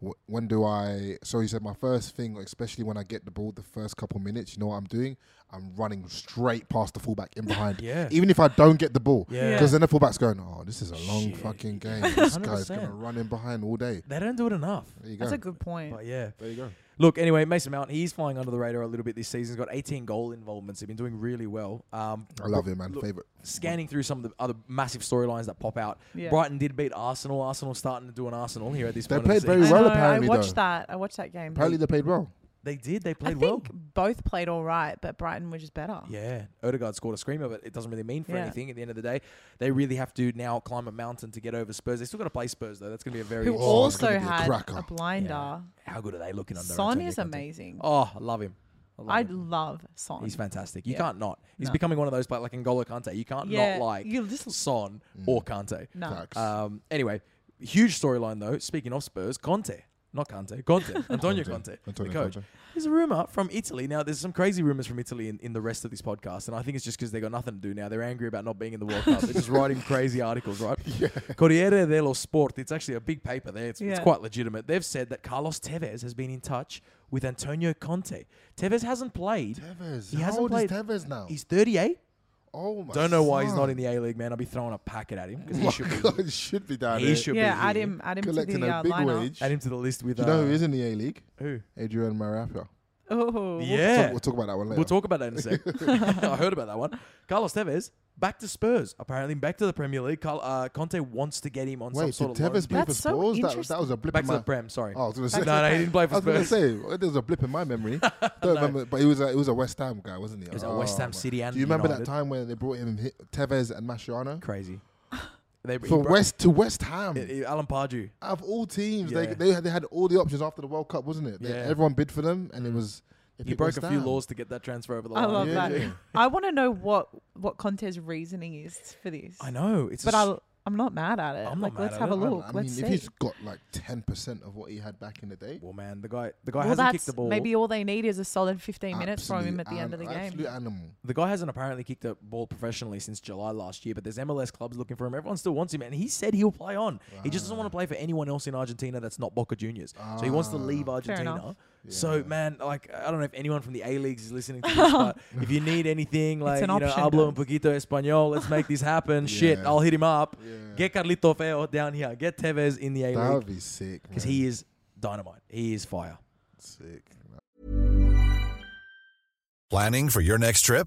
"Wh- when do I? So he said, my first thing, especially when I get the ball, the first couple minutes, you know what I'm doing? I'm running straight past the fullback in behind.
Yeah.
Even if I don't get the ball.
Yeah.
e- Because then the fullback's going, oh, this is a long
Shit.
fucking game. This
100%.
guy's going to run in behind all day.
They don't do it enough.
There you go.
That's a good point.
But yeah.
there you go.
Look, anyway, Mason Mount, he's flying under the radar a little bit this season. He's got 18 goal involvements. He's been doing really well. Um,
I love him, man. Favorite.
scanning through some of the other massive storylines that pop out.
Yeah.
Brighton did beat Arsenal. Arsenal starting to do an Arsenal here at this
They
point. of the
played very
season.
I,
well,
know, I
apparently,
watched
though.
that. I watched that game.
Apparently, they played well.
They did. They
I
played
think
well.
both played all right, but Brighton were just better.
Yeah, Odegaard scored a screamer, but it doesn't really mean for
Yeah.
anything at the end of the day. They really have to now climb a mountain to get over Spurs. They still got to play Spurs though. That's going to be a very
Who
interesting-
Oh, it's
also
gonna be a
had
cracker.
a blinder.
How good are they looking under?
Son
Antonio
is
Conte?
amazing.
Oh, I love him. I love
I
him.
love Son.
He's fantastic. You
Yeah.
can't not. He's
No.
becoming one of those players like N'Golo Kante. You can't
Yeah,
not like
you'll just- Mm.
Son or Kante.
no.
Facts.
Um, anyway, huge storyline though. Speaking of Spurs, Conte. Not Conte, Conte, Antonio Conte,
Conte, Antonio
the coach.
Conte.
There's a rumor from Italy. Now, there's some crazy rumors from Italy in, in the rest of this podcast, and I think it's just because they got nothing to do now. They're angry about not being in the World Cup. They're just writing crazy articles, right? Corriere dello Sport. It's actually a big paper there. It's, it's
Yeah.
quite legitimate. They've said that Carlos Tevez has been in touch with Antonio Conte. Tevez hasn't played.
Tevez.
He
How
hasn't
old
played.
is Tevez now?
He's 38.
oh, my
Don't know why he's not
son.
in the A League, man. I'll be throwing a packet at him because he
My
should
God,
be.
he should be down
He
there.
should
yeah,
be
add
here.
him, add him to
collecting
the
a
uh,
big
lineup.
wage.
Add him to the list with.
Do you know
uh,
who is in the A League?
who?
Adrian Marapia.
Oh,
Yeah,
We'll talk about that one later.
We'll talk about that in a sec. I heard about that one. Carlos Tevez Back to Spurs, apparently. Back to the Premier League. Carl- Uh, Conte wants to get him on
Wait,
some
did
sort of
Tevez
loan.
play for
That's so
Spurs? That,
interesting.
that was a blip
Back
in
to
my...
the Prem, sorry.
Oh, I was going to say.
no, no, he didn't play
I
for
was going to
Spurs.
say, well, there was a blip in my memory. Don't remember, but he was a, he was a West Ham guy, wasn't he?
was at West Ham City and
oh, Do you remember
United.
that time when they brought him Hi- Tevez and Mascherano
Crazy. They, he
for
bro-
West to West Ham?
Alan Pardew.
Out of all teams,
Yeah.
they they had, they had all the options after the World Cup, wasn't it? They-
Yeah.
Everyone bid for them, and it was they
He
picked
broke
West
a few
Ham.
laws to get that transfer over the
I
line.
love
Yeah,
that.
yeah.
I want to know what what Conte's reasoning is for this.
I know. It's
but
a s-
I I'm not mad at it.
I'm not
like
mad
let's
at
have
it.
a
I don't know,
look.
I mean,
let's see.
if he's got like ten percent of what he had back in the day,
Well, man, the guy, the guy
well,
hasn't
that's
kicked the ball.
maybe all they need is a solid 15 minutes from
absolute
him at the end of the
an-
game.
Absolute animal.
The guy hasn't apparently kicked the ball professionally since July last year, but there's MLS clubs looking for him. Everyone still wants him, and he said he'll play on. He just doesn't want to play for anyone else in Argentina that's not Boca Juniors. So he wants
Ah.
to leave Argentina.
enough.
So man, like I don't know if anyone from the A leagues is listening to this, but if you need anything, like you
an
know,
option,
hablo un
guys.
poquito español, let's make this happen. Shit,
Yeah.
I'll hit him up.
Yeah.
Get Carlito Feo down here. Get Tevez in the A
That
league
would be sick.
because
man.
he is dynamite. He is fire.
sick.
Planning for your next trip?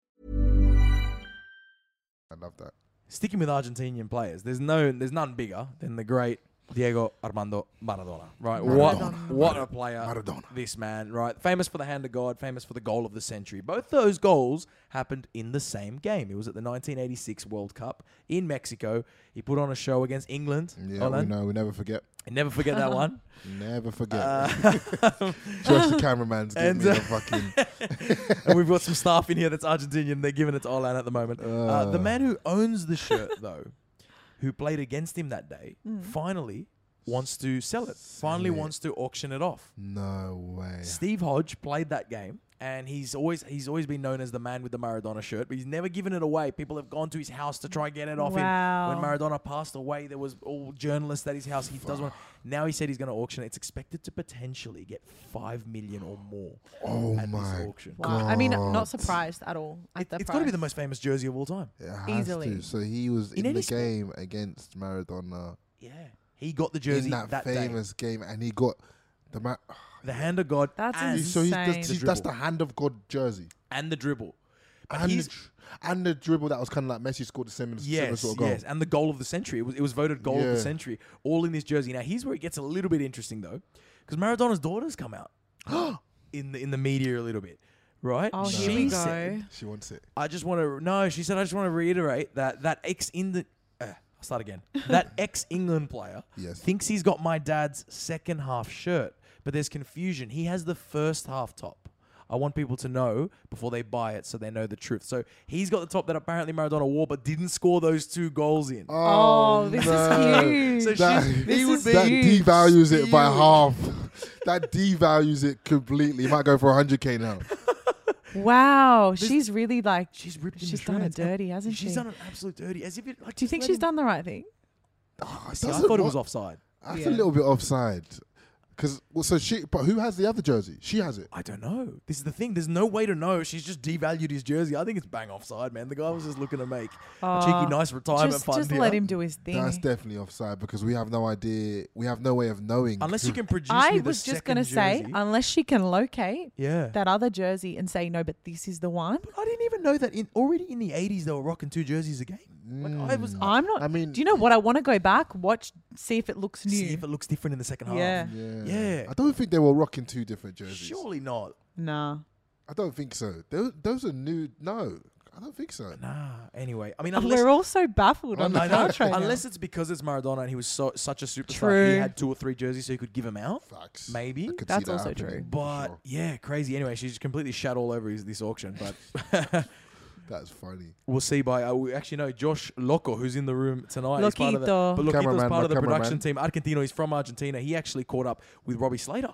I love that.
Sticking with Argentinian players, there's no, there's none bigger than the great Diego Armando Maradona. Right,
Maradona.
what, what a player!
Maradona.
this man, right? Famous for the hand of God, famous for the goal of the century. Both those goals happened in the same game. It was at the 1986 World Cup in Mexico. He put on a show against England.
Yeah, we
Holland.
know. We never forget.
Never forget that one.
Never forget.
Uh,
Just the cameraman's giving
And,
me
uh,
the fucking.
and we've got some staff in here that's Argentinian. They're giving it to Olan at the moment. Uh, the
Uh.
man who owns the shirt, though, who played against him that day,
Mm.
finally wants to sell it. Finally
it.
wants to auction it off.
No way.
Steve Hodge played that game, and he's always he's always been known as the man with the Maradona shirt, but he's never given it away. People have gone to his house to try and get it off
Wow.
him. When Maradona passed away, there was all journalists at his house. He doesn't. Want, now he said he's going to auction it. It's expected to potentially get five million or more.
Oh
at
my
This auction.
Wow. I mean, not surprised at all. At the
It's got to be
price.
the most famous jersey of all time.
It has
Easily.
to. So he was
In
in,
any
the
sport.
game against Maradona
Yeah, he got the jersey
in that,
famous.
famous game, and he got the ma-
The hand of God.
That's
and,
insane.
So he's
Insane.
that's,
The
that's the
dribble.
hand of God jersey,
and the dribble. But
and the,
he's-
dr- and the dribble that was kind of like Messi scored the same, similar
Yes,
sort of goal.
yes, and the goal of the century. It was, it was voted goal of
Yeah.
the century, all in this jersey. Now here's where it gets a little bit interesting though, because Maradona's daughters come out in the in the media a little bit, right?
Oh, here
She
we go.
said-
She wants it.
I just want to no. She said, I just want to reiterate that that ex in the. Uh, I'll start again. That ex England player
Yes.
thinks he's got my dad's second half shirt, but there's confusion. He has the first half top. I want people to know before they buy it, so they know the truth. So he's got the top that apparently Maradona wore, but didn't score those two goals in.
Oh, this
no.
is
So
huge.
she-
That,
This
he
is
would that
huge.
devalues it by
Huge.
half. that devalues it completely. He might go for 100k now.
wow, she's really like.
She's ripped. him to
She's done a
shreds.
dirty, hasn't
she's
she?
done an absolute dirty. As if it. Like,
Do you think she's done the right thing?
Oh,
See, I
doesn't
thought it was
wa-
offside.
That's
Yeah.
a little bit offside. Because well, so she, but who has the other jersey? She has it.
I don't know. This is the thing. There's no way to know. She's just devalued his jersey. I think it's bang offside, man. The guy was just looking to make a
Oh,
cheeky, nice retirement
just
fund.
just
here.
let him do his thing.
That's definitely offside because we have no idea. We have no way of knowing.
Unless you
who-
can produce.
I
me the
was just
going
gonna
to
say, unless she can locate
yeah. Mm.
that other jersey and say, no, but this is the one.
I didn't even know that. In already in the 80s, they were rocking two jerseys a game. Like I was.
I'm not.
I mean-
do you know what? I want to go back, watch, see if it looks new.
see if it looks different in the second half.
Yeah.
Yeah.
I don't think they were rocking two different jerseys.
Surely not.
nah.
I don't think so. Those, those are new. No, I don't think so.
Nah. Anyway, I mean, unless
We're all so baffled on the
I know.
couch right
Unless it's because it's Maradona and he was so such a superstar, he
True.
had two or three jerseys, so he could give them out.
Facts.
Maybe.
I could see
That's
that
also
happening,
true.
for
But
sure.
yeah, crazy. Anyway, she's completely shut all over his, this auction, but
that's funny.
we'll see. By uh, we actually know Josh Loco, who's in the room tonight. He's part of the,
Loquito.
but Loquito's
Cameraman,
part of the
my
production team. Argentino, he's from Argentina. He actually caught up with Robbie Slater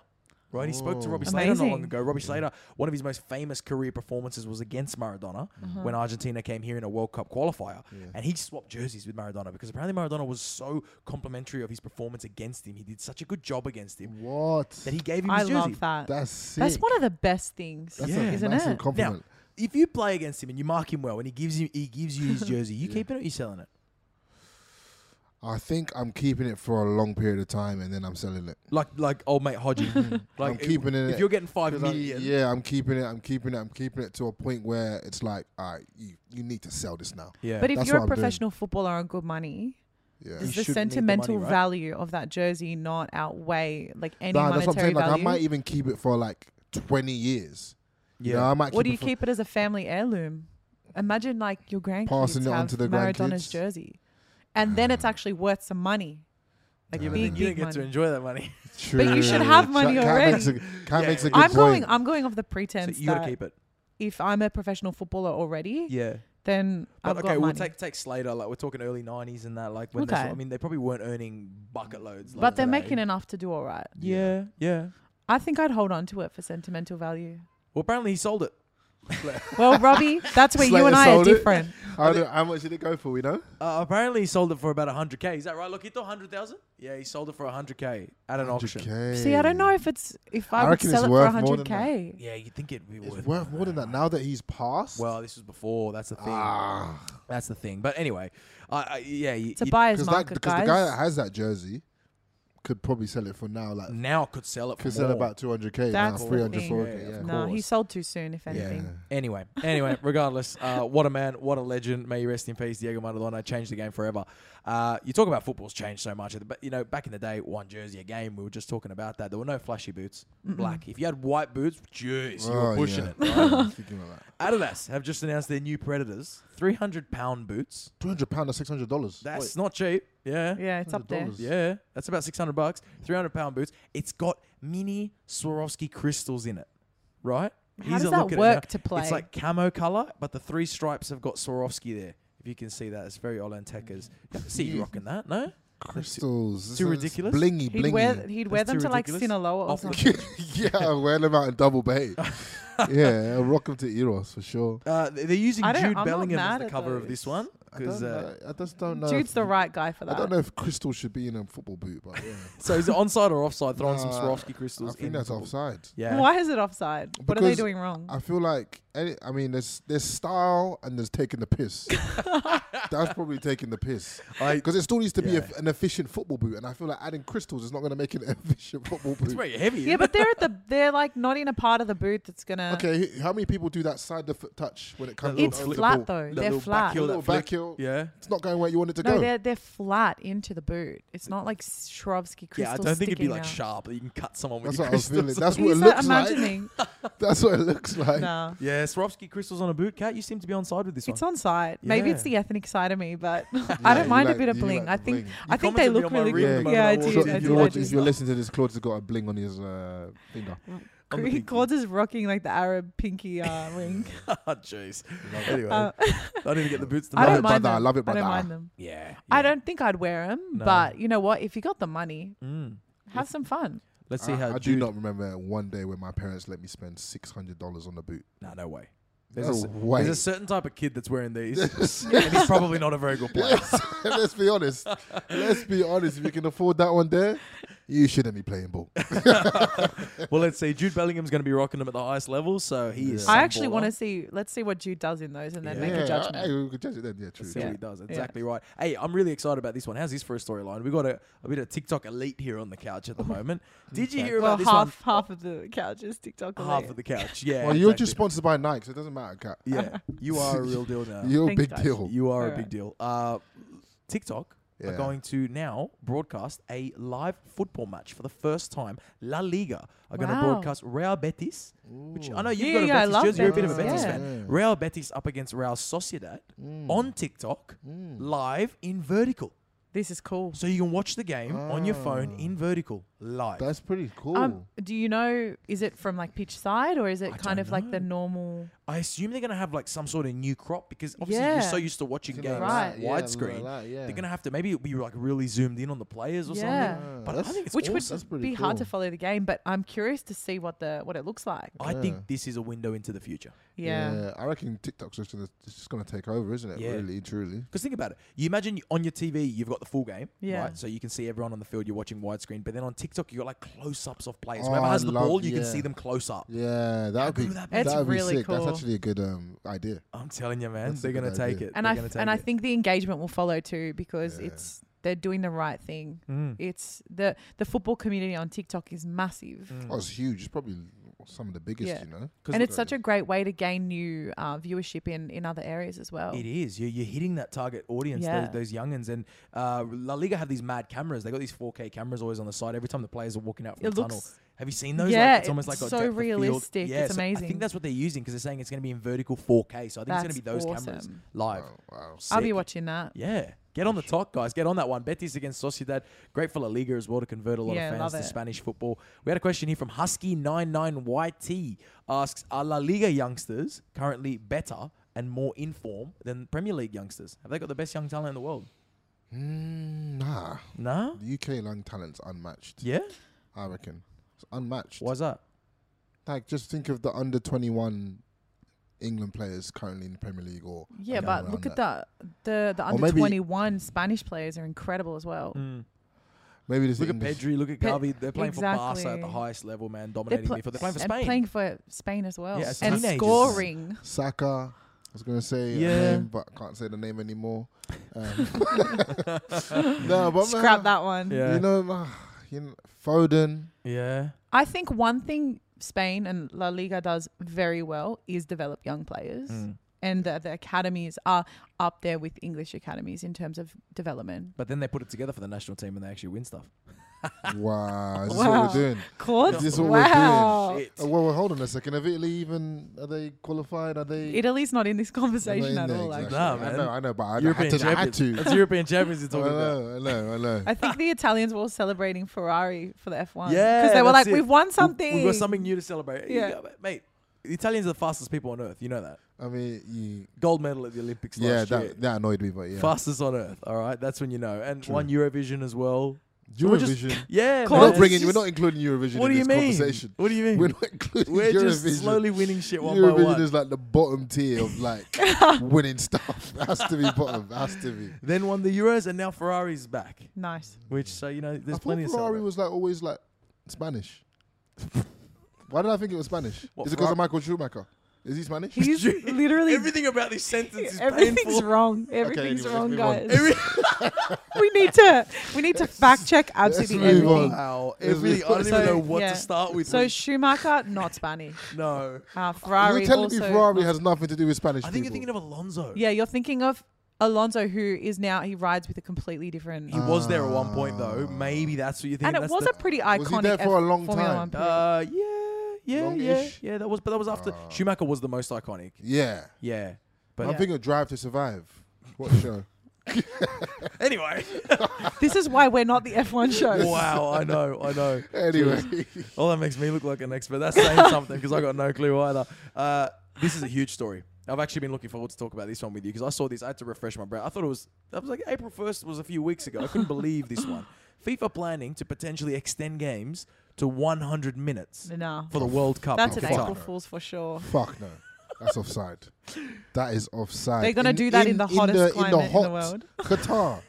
right? He spoke to Robbie
Whoa.
Slater not long
Amazing.
ago. Robbie Slater, one of his most famous career performances was against Maradona
Uh-huh.
when Argentina came here in a World Cup qualifier. And he swapped jerseys with Maradona because apparently Maradona was so complimentary of his performance against him. He did such a good job against him
What?
that he gave him
I
his jersey.
love that.
That's sick.
That's one of the best things,
That's
Yeah.
a
isn't
massive
it?
Now,
compliment.
if you play against him and you mark him well and he gives you he gives you his jersey, you keeping it or you selling it?
I think I'm keeping it for a long period of time and then I'm selling it.
Like like old mate Hodgie. like
I'm
if,
keeping it.
If you're getting five
'Cause I-
million,
yeah, I'm keeping it. I'm keeping it. I'm keeping it to a point where it's like, all right, you, you need to sell this now.
yeah.
But if
That's
you're
what
a
I'm doing.
professional footballer on good money,
Yeah.
You
does
shouldn't need
the
the
sentimental
money, right?
value of that jersey not outweigh like any
Nah, that's
monetary
what I'm saying. Like,
value?
I might even keep it for like 20 years.
yeah.
You know, I might
Or
keep
do you
it for-
keep it as a family heirloom? Imagine like your grandkids
Passing it on
have
to the
Maradona's
grandkids.
jersey, and then it's actually worth some money. Like
Yeah, but
big,
then you don't
big
get to
money.
enjoy that money.
But you should
True.
have money
Cat
already.
Makes a, Cat
Yeah,
makes a
yeah.
good
I'm going.
point.
I'm going off the
so
pretense
you
that
gotta keep it.
if I'm a professional footballer already,
Yeah.
then
But
I've
okay,
got
we'll
money.
take take Slater. Like we're talking early '90s and that. Like when they
Okay.
I mean, they probably weren't earning bucket loads. Like
but they're
today.
making enough to do all right.
Yeah, yeah.
I think I'd hold on to it for sentimental value.
Well, apparently he sold it.
Well, Robbie, that's where you
Slater
and I are
sold it.
different.
I don't know, how much did it go for? We know.
Uh, apparently he sold it for about 100k. Is that right? Look, he thought 100,000. Yeah, he sold it for 100k at an auction.
See, I don't know if it's if I,
I
would
reckon it's
sell it for
worth more than
100k.
Yeah, you think it'd be
It's
worth,
worth more than that now that he's passed.
Well, this was before. That's the thing.
ah,
That's the thing. But anyway, I I yeah, you,
It's a
you
buyer's
because that
market,
because
guys.
the guy that has that jersey could probably sell it for now, like
now could sell it for
could sell
more.
about 200k
That's
now,
the
300,
thing.
400,
Yeah,
yeah.
of
no, he
course.
sold too soon. If
Yeah.
anything,
Anyway, anyway, regardless, uh, what a man, what a legend. May you rest in peace, Diego Maradona. Changed the game forever. Uh, you talk about football's changed so much, but you know, back in the day, one jersey a game. We were just talking about that. There were no flashy boots, black. If you had white boots, jeez, you were
Oh,
pushing
yeah.
it.
Yeah, I'm thinking about that.
Adidas have just announced their new Predators, three hundred pound boots.
200 pound or 600 dollars.
That's not cheap. Yeah,
yeah, it's up there.
$100.
yeah, that's about six hundred bucks. Three hundred pound boots. It's got mini Swarovski crystals in it, right?
How
Here's
does
a
that
look at it
work
now.
to
It's
play?
like camo color, but the three stripes have got Swarovski there. If you can see that, it's very Olenteca's. You haven't seen you rocking that, no?
crystals. It's-
too
it's
ridiculous?
Blingy,
He'd
blingy.
wear he'd wear
That's
them
too
to like
ridiculous.
Sinaloa or
Off the-
something.
yeah, I'll wear them out in double bay. yeah, I'll rock them to Eros for sure.
Uh, th- they're using
I don't-
Jude
I'm not
Bellingham as
mad
the
at
cover of
those.
this one
I, don't
because uh,
know, I just don't know.
Dude's
if-
the right guy for
I
that.
don't know if crystal should be in a football boot, but yeah.
so is it onside or offside? Throwing some
Nah,
Swarovski crystals.
I think
in
that's
the football.
offside.
Yeah.
Why is it offside? what are they
Because
doing wrong?
I feel like any, I mean, there's there's style and there's taking the piss. that's probably taking the piss
I,
because it still needs to be
Yeah.
a, an efficient football boot, and I feel like adding crystals is not going to make it an efficient football
it's
boot.
very heavy.
yeah, but they're at the they're like not in a part of the boot that's gonna.
Okay, h- how many people do that side the foot touch when it comes?
It's
over the
flat
ball?
though.
That
They're
little
flat.
back heel,
Little
that flick.
back heel.
Yeah.
It's not going where you want it to
No,
go.
they're they're flat into the boot. It's not like Swarovski crystals.
Yeah, I don't think it'd be
sticking
like
out.
sharp that you can cut someone with
That's
your
what I was
crystals.
feeling. That's what it
He's like
looks like.
imagining.
That's what it looks like.
nah.
Yeah, Swarovski crystals on a boot. Cat, you seem to be on side with this
It's
one.
on side. Maybe it's
Yeah.
the ethnic side of me, but
Yeah,
I don't
you
mind
like-
a bit of
you like
bling.
the
I think
bling.
I
You
think they
commented a bit
look
on my
really
ring
good.
the
moment
Yeah,
I
I
walked
do.
So
in.
I
if,
do,
you're
I
watching,
do.
if you're listening to this, Claude's got a bling on his uh, finger.
on the
He-
pinky.
Claude is rocking like the Arab pinky uh, ring.
Oh, jeez. Anyway,
Uh,
I don't even get the boots. To
I
Love
don't
it,
know.
mind
brother.
them.
Love it,
I don't
brother.
mind them.
Yeah,
I
yeah.
don't think I'd wear them,
No.
but you know what? If you got the money,
Mm.
have some fun.
Let's see
I,
how.
I do
Jude-
not remember one day when my parents let me spend six hundred dollars on the boot.
No, no way. There's
There's
a,
That's
s-
way.
there's a certain type of kid that's wearing these, and he's probably not a very good player.
Let's be honest. Let's be honest. If you can afford that one there, you shouldn't be playing ball.
well, let's see. Jude Bellingham's going to be rocking them at the highest level, so he is.
I actually want to see. Let's see what Jude does in those, and then make
Yeah,
a judgment.
Hey, we could judge it then. Yeah, true.
See what he does.
Yeah.
Exactly right. Hey, I'm really excited about this one. How's this for a storyline? We got a, a bit of TikTok elite here on the couch at the moment. Did you hear
well,
about this one?
half half of the couch is TikTok.
Half
elite.
of the couch. Yeah.
Well, you're just
exactly.
sponsored by Nike, so it doesn't matter, Cat.
Yeah, you are a real deal now.
You're a
Thanks,
big
guys.
deal.
You are a big
Alright.
deal. Uh, TikTok are
Yeah.
going to now broadcast a live football match for the first time. La Liga are going to
Wow.
broadcast Real Betis, which I know you've
Yeah,
got a
yeah, I
Betis
love
jersey. You're a bit of a
Betis,
Betis
yeah.
fan. Real Betis up against Real Sociedad
Mm.
on TikTok, live in vertical.
This is cool.
So you can watch the game on your phone in vertical. life.
Oh. That's pretty cool.
Um, do you know? Is it from like pitch side or is
I
it kind
don't
of like the
know.
normal?
I assume they're gonna have like some sort of new crop because obviously you're
Yeah.
so used to watching
Something
games
like
Right.
that, yeah,
widescreen.
like that, yeah.
They're gonna have to maybe it'll be like really zoomed in on the players or
Yeah.
something.
Ah,
But I
that's-
think it's
Which
awesome.
would
That's pretty
be hard
cool.
to follow the game, but I'm curious to see what the what it looks like.
I
Yeah.
think this is a window into the future.
Yeah.
I reckon TikTok's just gonna it's just gonna take over, isn't it?
Yeah.
Really, truly.
Because think about it. You imagine on your TV, you've got the full game,
Yeah.
right? So you can see everyone on the field. You're watching widescreen, but then on TikTok, you got like close-ups of players.
Oh,
Whoever
I
has the
love-
ball, you can
yeah.
see them close up.
Yeah, that would
good
be
would that be?
It's
that'd be
really
sick.
cool. Mm.
That's actually a good um idea.
I'm telling you, man,
That's a
they're gonna
good
take
idea.
it.
And
They're
I
gonna
f-
take
and I
it.
think the engagement will follow too because
Yeah.
it's they're doing the right thing.
Mm.
It's the the football community on TikTok is massive.
Mm.
Oh, it's huge. It's probably some of the biggest,
Yeah.
you know.
'Cause
And
it-
it's such a great way to gain new uh, viewership in, in other areas as well.
It is. You're, you're hitting that target audience,
Yeah.
those, those youngins. And uh, La Liga have these mad cameras. They got these 4K cameras always on the side. Every time the players are walking out from
It
the
looks-
tunnel, have you seen those?
Yeah,
like, it's almost
it's
like a
so
depth of field.
realistic.
Yeah,
It's
so I
amazing.
think that's what they're using because they're saying it's going to be in vertical 4K. So I think it's
That's
going to be those cameras
awesome.
live.
Wow, wow.
I'll be
Sick.
watching that.
Yeah. Get on the talk, guys. Get on that one. Betis against Sociedad. Great for La Liga as well to convert a lot
Yeah,
of fans
love
to
it.
Spanish football. We had a question here from Husky99YT. Asks, are La Liga youngsters currently better and more in form than Premier League youngsters? Have they got the best young talent in the world?
Mm, nah,
Nah.
the UK long talent's unmatched.
Yeah?
I reckon it's unmatched.
Why's that?
Like, just think of the under twenty one England players currently in the Premier League, or
Yeah,
around-
but
around
look at
that.
the the the
Or
under
maybe-
twenty one Spanish players are incredible as well.
Mm.
Maybe this
Hmm. Look at
English-
Pedri, look at
Pe-
Gavi. They're playing for Barca at the
Exactly.
highest level, man,
They're
dominating
pla-
midfield. They're playing for
and
Spain.
playing for Spain as well,
Yeah, as
and
teenagers.
scoring.
Saka. I was gonna say a
Yeah.
name, but I can't say the name anymore. Um, no, but
Scrap
man,
that one.
Yeah.
You know, nah, you know, Foden.
yeah.
I think one thing Spain and La Liga does very well is develop young
Hmm.
players,
Mm.
and the, the academies are up there with English academies in terms of development.
But then they put it together for the national team and they actually win stuff.
Wow, is this
Wow.
what we're doing?
Claude,
Is this what
wow.
we're doing? Uh, well, well, hold on a second. Have Italy even are they qualified? Are they?
Italy's not in this
They're not
conversation
in
at
there,
all.
exactly.
Actually.
Nah,
I
man.
know, I know, but I, I
European
had to. I had
champions.
to. Uh,
That's European champions you're
I
talking about.
know, I know, I know.
I think the Italians were all celebrating Ferrari for the F1.
Yeah,
because they were
that's
like,
it.
"We've won
We-
something."
We've got something new to celebrate.
Yeah.
Yeah, but mate. The Italians are the fastest people on earth. You know that.
I mean, you,
Gold medal at the Olympics
yeah,
last year.
that, that annoyed me, but yeah.
Fastest on earth. All right, that's when you know. And one Eurovision as well. So we're just-
Eurovision.
yeah,
We're
man,
not
it's
bringing. We're
just-
not including Eurovision
What do
in
you
this
mean?
conversation.
What do you mean?
We're not including
We're
Eurovision.
just slowly winning shit one by
Eurovision
one.
is like the bottom tier of like winning stuff. Has to be bottom. Has to be.
then won the Euros, and now Ferrari's back.
Nice.
Which so you know, there's
I thought
plenty
Ferrari
of.
was like always like Spanish. Why did I think it was Spanish? Is
What,
it because
Ferrari-
of Michael Schumacher? Is he Spanish?
He's literally
Everything about this sentence is
everything's
painful.
wrong. Everything's
let's
wrong,
move on.
guys. we need to we need to fact check absolutely
move on.
everything.
Wow,
It's
everything. I don't
So,
even know what
yeah.
to start with.
So Schumacher, not Spanish.
no,
Uh, Ferrari.
You're telling me
also
Ferrari
not-
has nothing to do with Spanish
I think you're
people?
thinking of Alonso.
Yeah, you're thinking of Alonso, who is now he rides with a completely different.
He was there at one point
Ah.
though. Maybe that's what you think.
and it
that's
was
the-
a pretty iconic.
Was he there for a long
Formula
time?
One period.
Uh, yeah, yeah,
Long-ish? Ah.
yeah, yeah. That was, but that was after Schumacher was the most iconic.
yeah.
Yeah,
I'm
but
thinking of Drive to Survive. What show?
anyway.
this is why we're not the F1 show.
wow, I know, I know.
Anyway,
All that makes me look like an expert. That's saying something because I got no clue either. Uh, this is a huge story. I've actually been looking forward to talk about this one with you because I saw this. I had to refresh my brain. I thought it was. I was like April first was a few weeks ago. I couldn't believe this one. FIFA planning to potentially extend games to 100 minutes
No,
for the World Cup.
that's
in
an
Qatar.
April Fool's for sure.
fuck no. That's offside. That is offside.
They're gonna do that in the hottest climate in the world.
Qatar.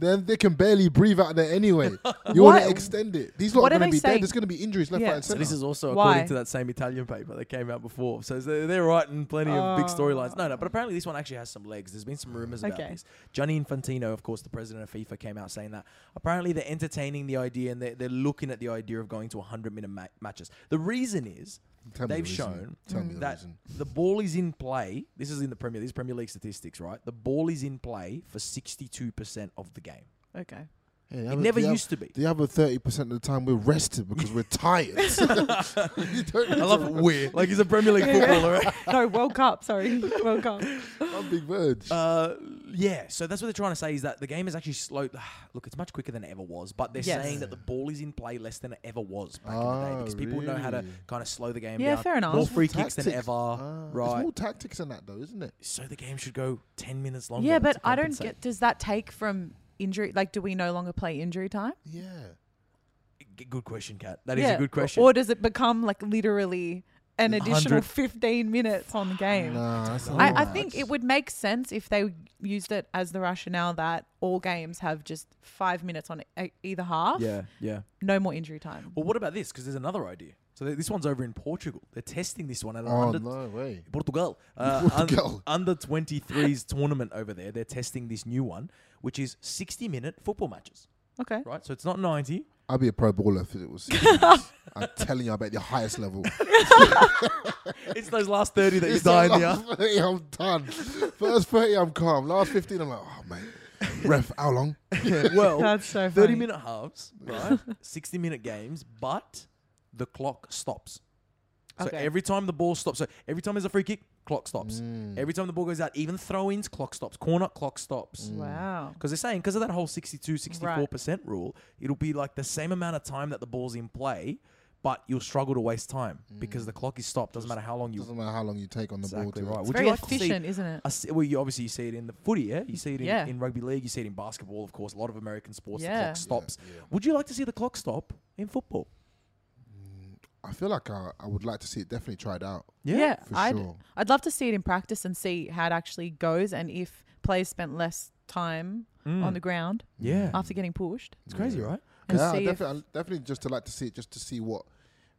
Then they can barely breathe out there anyway. You
What-
want to extend it? These lot
what
are
are
going to
they
be
saying?
dead. There's going to be injuries left,
Yeah.
right, and
So
center.
this is also
Oh. Why?
according to that same Italian paper that came out before. So they're, they're writing plenty of big storylines. No, no, but apparently this one actually has some legs. There's been some rumors about
Okay.
this. Johnny Infantino, of course, the president of FIFA, came out saying that apparently they're entertaining the idea and they're, they're looking at the idea of going to 100 minute ma- matches. The reason is
Tell me the
they've
reason.
shown
Tell me the
that
reason.
the ball is in play. This is in the Premier. These Premier League statistics, right? The ball is in play for 62% of the game.
Okay,
Hey, the
It
other-
never
the oth-
used to be.
The other thirty percent of the time we're rested because we're tired. You don't need
I
to
love
run.
weird. Like he's a Premier League footballer. right?
no, World Cup. Sorry, World Cup.
I'm Big Verge.
Uh, yeah, so that's what they're trying to say is that the game is actually slow. Look, it's much quicker than it ever was, but they're
Yes.
saying that the ball is in play less than it ever was back in the day
Oh,
because people know how to
really?
kind of slow the game
Yeah,
down.
fair enough.
More
It's
free kicks than
Tactics.
ever,
Ah, It's
right?
more tactics than that, though, isn't it?
So the game should go ten minutes longer.
yeah, but
to
I don't
compensate.
get. Does that take from injury? Like, do we no longer play injury time?
Yeah.
G- Good question, Kat. That is
Yeah,
a good question.
Or does it become like literally an additional
100
fifteen minutes on the game?
Nah, that's not
Oh,
I, I
much.
think it would make sense if they used it as the rationale that all games have just five minutes on e- either half.
yeah, yeah.
No more injury time.
Well, what about this? Because there's another idea. So th- this one's over in Portugal. They're testing this one at an
Oh
under
no way.
Portugal, uh,
Portugal.
Un- under 23s tournament over there. They're testing this new one, which is 60 minute football matches.
Okay.
Right, so it's not 90.
I'd be a pro bowler if it was. serious. I'm telling you, I'm at the highest level.
It's those last 30 that you
It's
die
the
in the
last 30, I'm done. First 30, I'm calm. Last 15, I'm like, oh, mate. Ref, how long?
eye. Well,
That's so
30
funny.
minute halves, right? 60 minute games, but the clock stops. So
Okay.
every time the ball stops, so every time there's a free kick, clock stops.
Mm.
Every time the ball goes out, even throw ins, clock stops. Corner, clock stops.
Wow.
Because they're saying, because of that whole 62, 64% rule, it'll be like the same amount of time that the ball's in play, but you'll struggle to waste time because the clock is stopped. Doesn't matter how long you.
Doesn't matter how long you take on the
Exactly
ball.
right.
To
Would
Very
you like to
efficient,
see
isn't it?
I see, well, you obviously you see it in the footy, yeah. You see it in,
Yeah.
in rugby league. You see it in basketball, of course. A lot of American sports, the
Yeah. Yeah,
clock stops. Would you like to see the clock stop in football?
I feel like I, I would like to see it definitely tried out.
yeah,
for
I'd,
sure.
I'd love to see it in practice and see how it actually goes and if players spent less time
Mm.
on the ground
Yeah.
after getting pushed.
It's crazy, right?
And
Yeah,
see if-
definitely, definitely just to like to see it, just to see what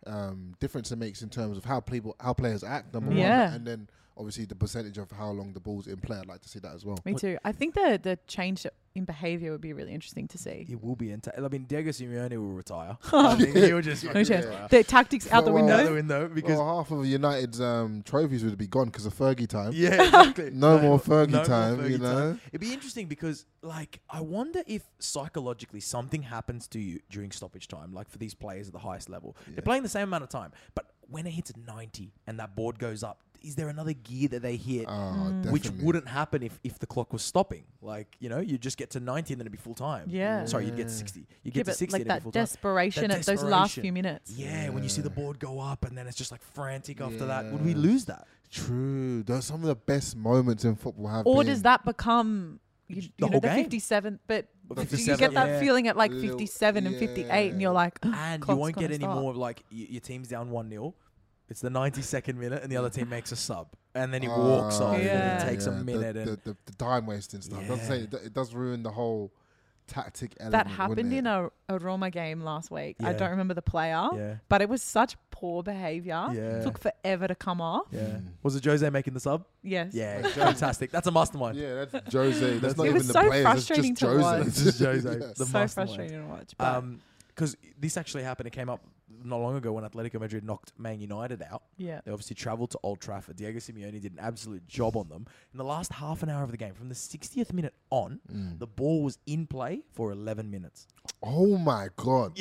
um, difference it makes in terms of how people, how players act. Number
Yeah.
one, and then obviously the percentage of how long the ball's in play. I'd like to see that as well.
Me too. I think the the change in behavior would be really interesting to see.
It will be. Enta- I mean, Diego Simeone will retire. I think he'll just
No
fucking
chance.
retire.
The tactics out the
Well,
Out the
window.
window because
Because half of United's um, trophies would be gone because of Fergie time.
yeah, exactly.
No more Fergie
no more
time, you
Fergie
know?
It'd be interesting because, like, I wonder if psychologically something happens to you during stoppage time, like for these players at the highest level. They're playing the same amount of time, but when it hits 90 and that board goes up, is there another gear that they hit?
Ah,
Mm.
Which
definitely.
wouldn't happen if, if the clock was stopping. Like, you know, you just get to 90 and then it'd be full time.
Yeah.
Sorry, you'd get to 60. You
Yeah,
get to
but
60
like
and it'd
that
be full time.
desperation
That
at those last few
desperation.
minutes.
Yeah, when you see the board go up and then it's just like frantic after that. Would we lose that?
True. Those some of the best moments in football have.
Or
been.
does that become
The
you, you know
whole
the
game.
fifty seventh? But
The
you
57th,
get that
yeah.
feeling at like
Little-
fifty seven and fifty eight, and
yeah.
you're like,
and you
"Clock's
won't get
gonna
any
start."
more of like y- your team's down one 0 It's the ninety second minute, and the other team makes a sub, and then he walks
Ah,
off, and
yeah.
it takes
yeah,
a
the-
minute.
The,
and
the, the time wasting stuff doesn't say it, do- it does ruin the whole tactic element.
That
wouldn't
happened
it?
in a, a Roma game last week. I
Yeah.
don't remember the player,
Yeah.
but it was such poor behavior.
Yeah.
Took forever to come off.
yeah,
Hmm.
was it Jose making the sub?
Yes.
Yeah, fantastic. That's a mastermind.
Yeah, that's Jose. That's not
It
even
was
the
so
players.
frustrating
that's
to
just Jose.
watch.
It's just Jose, the
so
mastermind.
frustrating to watch. But
Um 'cause because this actually happened. It came up not long ago when Atletico Madrid knocked Man United out.
yeah.
They obviously travelled to Old Trafford. Diego Simeone did an absolute job on them. In the last half an hour of the game, from the 60th minute on,
Hmm.
the ball was in play for 11 minutes.
Oh my god.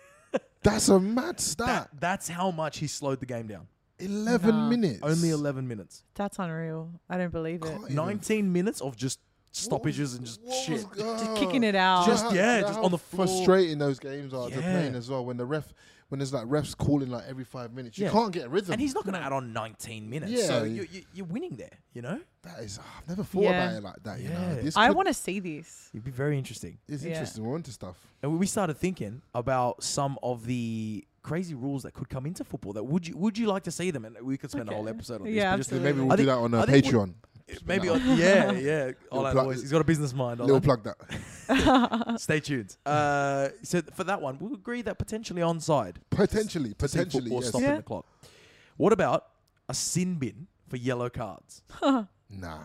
that's a mad stat.
That, that's how much he slowed the game down.
Eleven
Nah.
minutes.
Only 11 minutes.
That's unreal. I don't believe it.
Can't even-
19 minutes of just stoppages and just
What was-
shit.
ah.
kicking it out.
Just-
You know
yeah,
you know
just
how
on the floor.
Frustrating those games are to
Yeah.
playing as well when the ref when there's like refs calling like every five minutes. You
Yeah.
can't get a rhythm.
And he's not going to add on 19 minutes.
Yeah.
So you, you, you're winning there, you know?
that is I've never thought
Yeah.
about it like that. You know,
Yeah.
This
I
could-
want to see this.
It'd be very interesting.
It's
Yeah.
interesting. We're onto stuff.
And we- we started thinking about some of the crazy rules that could come into football that would you would you like to see them and we could spend a whole
Okay.
episode on this
Yeah,
but just-
So
maybe
maybe
we'll
we'll
I
do
think-
that on
I
a
think we-
Patreon.
maybe on, yeah yeah Olan
plug-
always- he's got a business mind
Little
Olan.
plug that.
stay tuned uh, so th- for that one we'll agree that potentially onside
Potentially,
to see
potentially.
football
yes.
stopping
Yeah.
the clock. What about a sin bin for yellow cards?
Nah.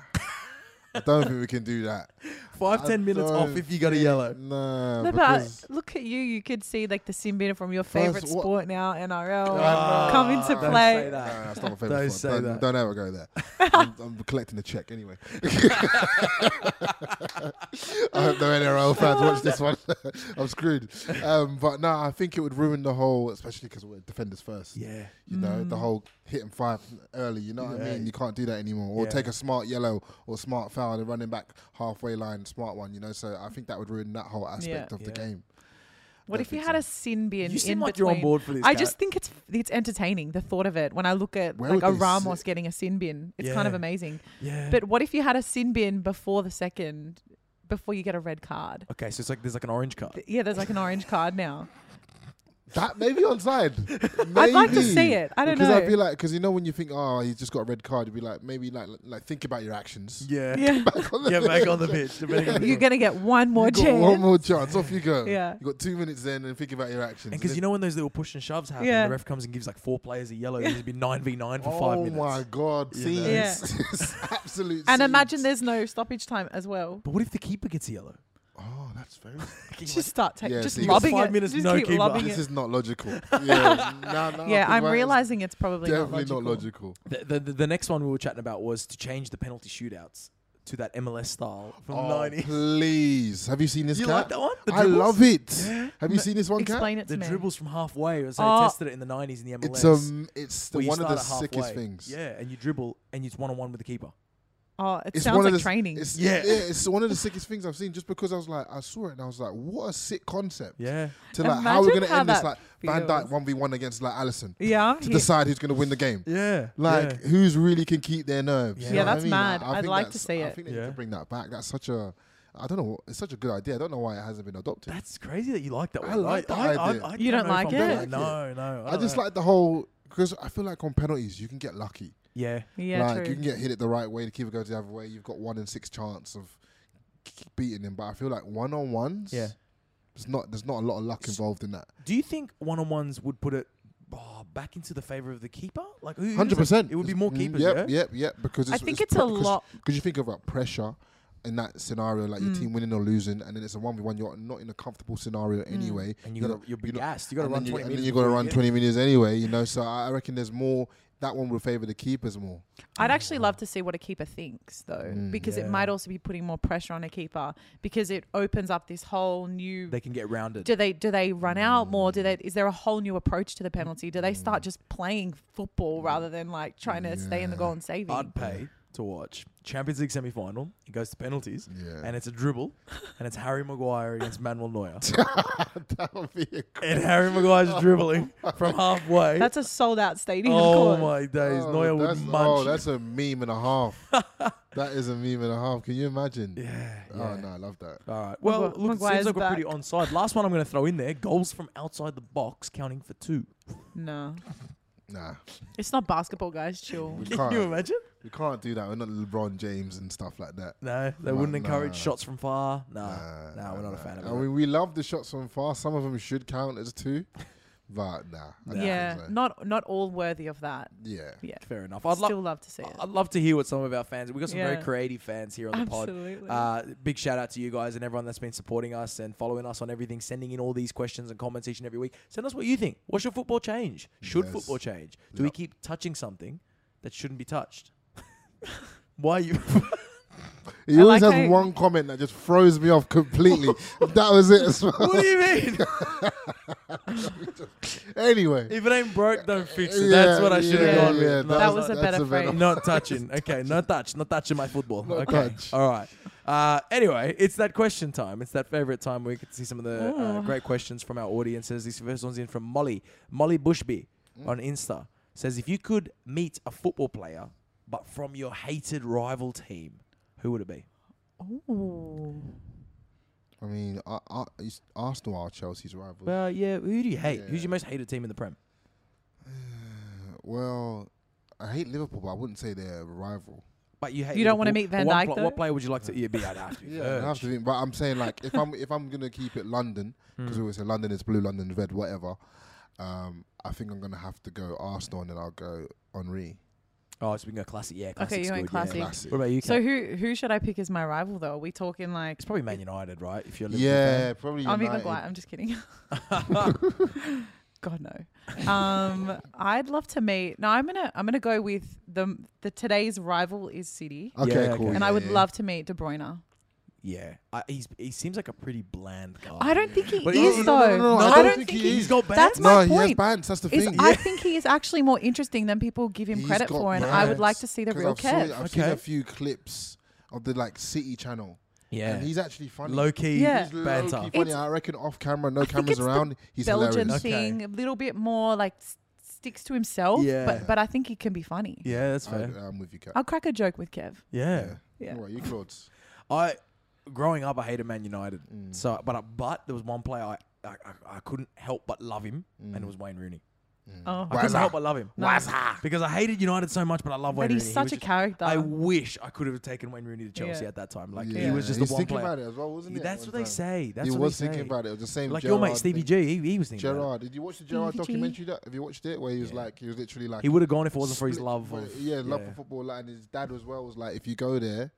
I don't think we can do that.
Five,
I
ten minutes
don't
off if you got a
think-
yellow.
No,
No,
because
but look at you. You could see like the Simbina from your
That's
favorite
what- Oh,
sport now, NRL,
Ah,
come into
don't say
play.
that.
Nah, that's not my favorite.
Don't
Don't
say
don't,
that.
Don't ever go there. I'm, I'm collecting the check anyway. I hope no NRL fans watch this one. I'm screwed. Um, but no, I think it would ruin the whole, especially because we're defenders first.
Yeah.
You know,
Mm.
the whole hit and five early, you know what
Yeah.
I mean? You can't do that anymore. Or
Yeah.
take a smart yellow or smart foul and running back halfway line, smart one, you know? So I think that would ruin that whole aspect
Yeah.
of the
Yeah.
game.
What
I
if you
think
had
so.
a sin bin?
You seem
in
like you're on
between?
board for this,
I
Kat.
just think it's it's entertaining the thought of it. When I look at
Where
like
would
a
they
Ramos
sit?
getting a sin bin, it's kind of
Yeah.
amazing.
Yeah.
But what if you had a sin bin before the second, before you get a red card?
okay, so it's like there's like an orange card.
Th- Yeah, there's like an orange card now.
That maybe onside. maybe.
I'd like to see it. I don't
because
know.
I'd be like, because you know when you think, oh, he's just got a red card, you'd be like, maybe like like think about your actions.
Yeah.
yeah,
Get back on the pitch. depending on the
you're
goal.
gonna get one more
You got
chance.
one more chance. Off you go.
Yeah.
You got two minutes then, and think about your actions.
and because you know when those little push and shoves happen,
Yeah.
the ref comes and gives like four players a yellow. There's been nine v nine for
oh
five minutes.
my god,
You know?
scenes,
Yeah.
absolute.
and imagine
scenes.
there's no stoppage time as well.
But what if the keeper gets a yellow?
Oh, that's very.
Just start taking,
Yeah,
just
so you got
lobbing
five
it.
minutes,
just
no
keep
keeper.
lobbing
this
it.
is not logical. yeah, nah, nah,
yeah,
think
I'm
about it,
realizing it's
it's
probably not
definitely not logical.
logical.
The, the, the, the next one we were chatting about was to change the penalty shootouts to that MLS style from
Oh,
90.
please, have you seen this
You
cat?
like that one? The
I
dribbles?
love it. Have you seen this one cat?
Explain it to
The
me.
dribbles from halfway. So
Oh.
they tested it in the 90s in the MLS.
It's um, it's the,
where you
one of the
start at
sickest
halfway.
things.
Yeah, and you dribble and it's one on one with the keeper.
Oh, it
It's
sounds
one of
like
the,
training.
It's,
Yeah.
yeah, it's one of the sickest things I've seen. Just because I was like, I saw it and I was like, what a sick concept.
Yeah.
To like, how we're
Imagine
gonna
how
end this?
that
Like Van Dyke
feels.
one v one against like Allison
yeah, I'm
to
here.
decide who's gonna win the game.
Yeah.
Like
yeah.
who's really can keep their nerves.
Yeah.
you
Yeah,
know what I
that's
mean? Like,
mad.
I
I'd
think
like to
that's-
see
I
it.
think they need
Yeah.
to bring that back. That's such a, I don't know, it's such a good idea. I don't know why it hasn't been adopted.
That's crazy that you like that
I
one.
like that idea.
You don't
know if
like
I'm-
it?
I don't
No, no.
I
don't
just
know.
like the whole because I feel like on penalties you can get lucky.
Yeah.
yeah,
like
true.
you can get hit it the right way, the keeper goes the other way. You've got one in six chance of k- beating him, but I feel like one on ones.
Yeah.
There's not there's not a lot of luck involved in that.
Do you think one on ones would put it oh, back into the favor of the keeper? Like who- who's
Hundred percent. Mm,
It would be more keepers.
Yep,
yeah?
yep, yep. Because
I
it's,
think it's a lot- Mm.
because you think about pressure in that scenario, like your team winning or losing, and then it's a one v one. You're not in a comfortable scenario
Mm.
anyway.
And you gotta
know,
you'll be
you know,
gassed. You gotta
and
run
then you-
twenty
and then
minutes.
you got to
before
run
get-
twenty minutes anyway. You know, so I I reckon there's more. That one would favor the keepers more.
I'd actually love to see what a keeper thinks, though, because
Mm. Yeah.
it might also be putting more pressure on a keeper because it opens up this whole new.
They Mm. can get rounded.
do they do they run out more? Do they is there a whole new approach to the penalty? Do they
Mm.
start just playing football rather than like trying to stay in the goal and saving?
I'd pay to watch Champions League semi final. It goes to penalties,
Yeah.
and it's a dribble, and it's Harry Maguire against Manuel Neuer,
that would be a cr-
and Harry Maguire's dribbling from halfway.
That's a sold out stadium.
oh
of course.
my days!
oh,
Neuer would
that's-
munch.
Oh, that's a meme and a half. that is a meme and a half. Can you imagine?
yeah,
Oh
yeah.
no, I love that.
All right. Well, look,
Magu-
it seems
Maguire's
like we're pretty
back.
onside. Last one I'm going to throw in there: goals from outside the box, counting for two.
No,
Nah,
it's not basketball, guys. Chill.
we
Can
can't.
you imagine?
We can't do that. We're not LeBron James and stuff like that.
No, they
No,
wouldn't
no,
encourage
no.
shots from far. Nah,
Nah,
nah, we're not a fan of
I
it.
mean, we love the shots from far. Some of them should count as two, but nah. I don't think
Yeah,
so.
not not all worthy of that.
yeah.
Yeah,
Fair enough. I'd
still
love.
love to see it.
I'd love to hear what some of our fans. We've got some very
Yeah.
creative fans here on the pod.
Absolutely.
Uh, big shout out to you guys and everyone that's been supporting us and following us on everything, sending in all these questions and comments each and every week. Send us what you think. What should football change? Should
Yes.
football change? Do we
Yep.
keep touching something that shouldn't be touched? Why are you?
He always
like
has
how-
one comment that just throws me off completely. that was it as well.
what do you mean?
Anyway.
if it ain't broke, don't fix it.
Yeah,
that's what I should have
yeah,
gone
yeah,
with. No,
That
that's
was
not-
a better
that's
phrase.
Not touching. Okay, no touch. Not touching my football.
No
okay.
touch.
All right. Uh, anyway, it's that question time. It's that favorite time where we can see some of the uh, great questions from our audiences. This first one's in from Molly. Molly Bushby on Insta says, If you could meet a football player, but from your hated rival team, who would it be?
Ooh.
I mean, Ar- Ar- it's- Arsenal are Chelsea's rivals. Well,
Well, yeah, who do you hate? Who's
Yeah.
your most hated team in the Prem?
I hate Liverpool, but I wouldn't say they're a rival.
But you hate
You don't wanna
Liverpool.
meet Van
One
Dijk,
pla- What
though?
player would you like to yeah, be? I'd have to be
Yeah, I have
Virg.
to think, but I'm saying like if I'm if I'm gonna keep it London because
Hmm.
we always say London is blue, London is red, whatever. Um, I think I'm gonna have to go Arsenal and then I'll go Henri.
Oh, so we can go classic. Yeah, classic's
you
good,
went
yeah.
classic.
Classic.
What about you?
So
Kat?
who who should I pick as my rival though? Are we talking like
it's probably Man United, right? If you're a Liverpool
Yeah, probably.
I'm even
United.
glad. I'm just kidding. God no. Um, I'd love to meet. No, I'm gonna I'm gonna go with the the today's rival is City,
Okay,
Yeah,
cool.
okay.
and I
yeah,
would
yeah.
love to meet De Bruyne.
yeah. I, he's he seems like a pretty bland guy.
I don't think he
Oh, But
is
no,
though.
no, no, no, no,
I don't think he
he's
is.
got bad.
That's
No,
my
he has
point.
bands. That's the
Is
thing.
I think he is actually more interesting than people give him
He's
credit
got
for, and I would
bands.
like to see the
'Cause
real
I've seen-
Kev.
I've seen
Okay.
a few clips of the like City channel,
yeah,
and he's actually funny.
low key
Yeah.
He's low-key
banter.
funny.
It's-
I reckon off camera, no
I think
cameras
it's the
around. He's
Belgian
hilarious.
Okay.
thing, a little bit more like s- sticks to himself,
Yeah.
but but I think he can be funny.
yeah, that's
I,
fair.
am with you, Kat.
I'll crack a joke with Kev.
yeah.
Yeah.
All right, you Claude's.
I growing up, I hated Man United.
Mm.
So, but I, but there was one player I, I I- I couldn't help but love him,
Mm.
and it was Wayne Rooney.
Oh,
I couldn't
Wazza.
help but love him. Because I hated United so much, but I love Wayne Rooney.
but he's
He
such
was
a
just-
character.
I wish I could have taken Wayne Rooney to Chelsea
Yeah.
at that time. Like he
Yeah.
was just
He's
the one
thinking
player.
about it as well, wasn't he? at
That's
one
what they
time?
say. That's
he
what
was
they
thinking
say.
about it. It was the same.
Like
Gerrard
your mate Stevie
thing.
G, he, he was thinking. about it.
Gerard, did you watch the Gerard
Stevie G.
documentary? That have you watched it? Where he was like, he was literally like,
He would have gone if it wasn't for his
split
love.
for-
Of,
yeah, love for football. Like, and his dad as well was like, if you go there,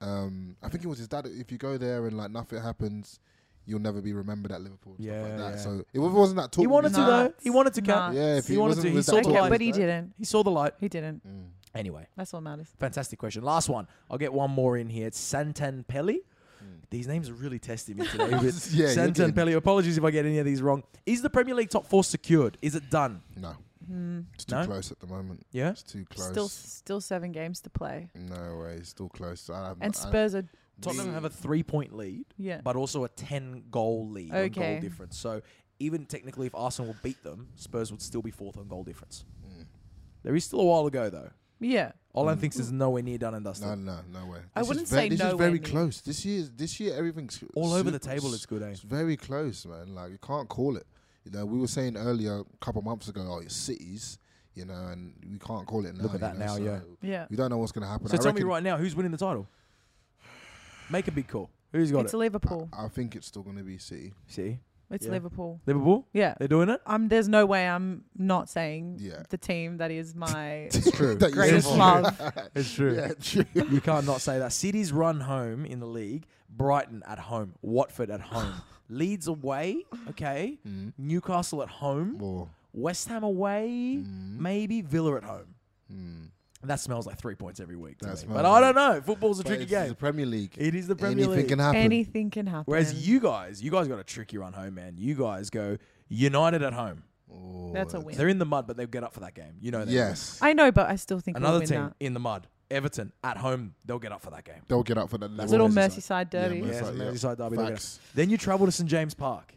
um, I think it was his dad. If you go there and like nothing happens, you'll never be remembered at Liverpool. and stuff
Yeah,
like
yeah.
that. So it wasn't that talk.
He wanted to
Nah.
though. He wanted to
Nah.
cut.
Yeah, if
he,
he
wanted
wasn't
to. He
with
saw
that
the
talk- Mm,
okay,
light.
Totally.
but he didn't.
He saw the light.
He didn't.
Anyway,
That's what matters.
fantastic question. Last one. I'll get one more in here. It's Santanpelli. These names are really testing me today. But
Hmm. Yeah, you're getting-
Santanpelli. Apologies if I get any of these wrong. Is the Premier League top four secured? Is it done?
No, it's too
No?
close at the moment.
Yeah?
it's too close.
Hmm. Still, still seven games to play,
no way, it's still close. So I haven't-
and
I-
Spurs are
Tottenham
we-
have a three-point lead,
yeah.
but also a ten-goal lead on
Okay.
goal difference. So even technically, if Arsenal beat them, Spurs would still be fourth on goal difference.
Hmm.
There is still a while to go though.
yeah.
Olan thinks is nowhere near done and dusted.
No, no, no way.
I
This is
wouldn't
ve-
say
this
no
is
way,
very
Nick.
close. This year, this year, everything's
All over the
super-
table, it's good, eh?
It's very close, man. Like you can't call it. You know, we were saying earlier a couple months ago, oh, it's cities, you know, and we can't call it now.
Look at
you
that
know,
now,
so
yeah.
Yeah.
You don't know what's gonna happen.
So
I
tell me
reckon-
right now, who's winning the title? Make a big call. Who's got
It's
it?
Liverpool.
I think it's still gonna be City.
See,
It's
yeah.
Liverpool.
Liverpool.
Yeah.
They're doing it.
Um, there's no way I'm not saying
Yeah.
the team that is my
true.
That you
It's
greatest
true.
said-
love.
It's true.
Yeah, true.
You can't not say that. City's run home in the league. Brighton at home. Watford at home. Leeds away. Okay.
Mm-hmm.
Newcastle at home.
Or-
West Ham away.
Mm-hmm.
Maybe Villa at home. That smells like three points every week. to
Mm. That
me.
smells
But I don't
like-
know. Football's a
but
tricky
it's the
game.
Premier League.
It is the Premier
Anything
League.
can happen.
Anything can happen.
Whereas you guys, you guys got a tricky run home, man. You guys go United at home.
that's a win.
They're in the mud, but they'll get up for that game. You know that.
Yes,
I know, but I still think we'll
Another
win
team
that.
in the mud. Everton at home, they'll get up for that game.
they'll get up for that
little Merseyside
Yeah,
derby.
Yeah,
Yes,
it's a
Merseyside,
Merseyside derby. they'll get up.
Facts.
Then you travel to St James Park.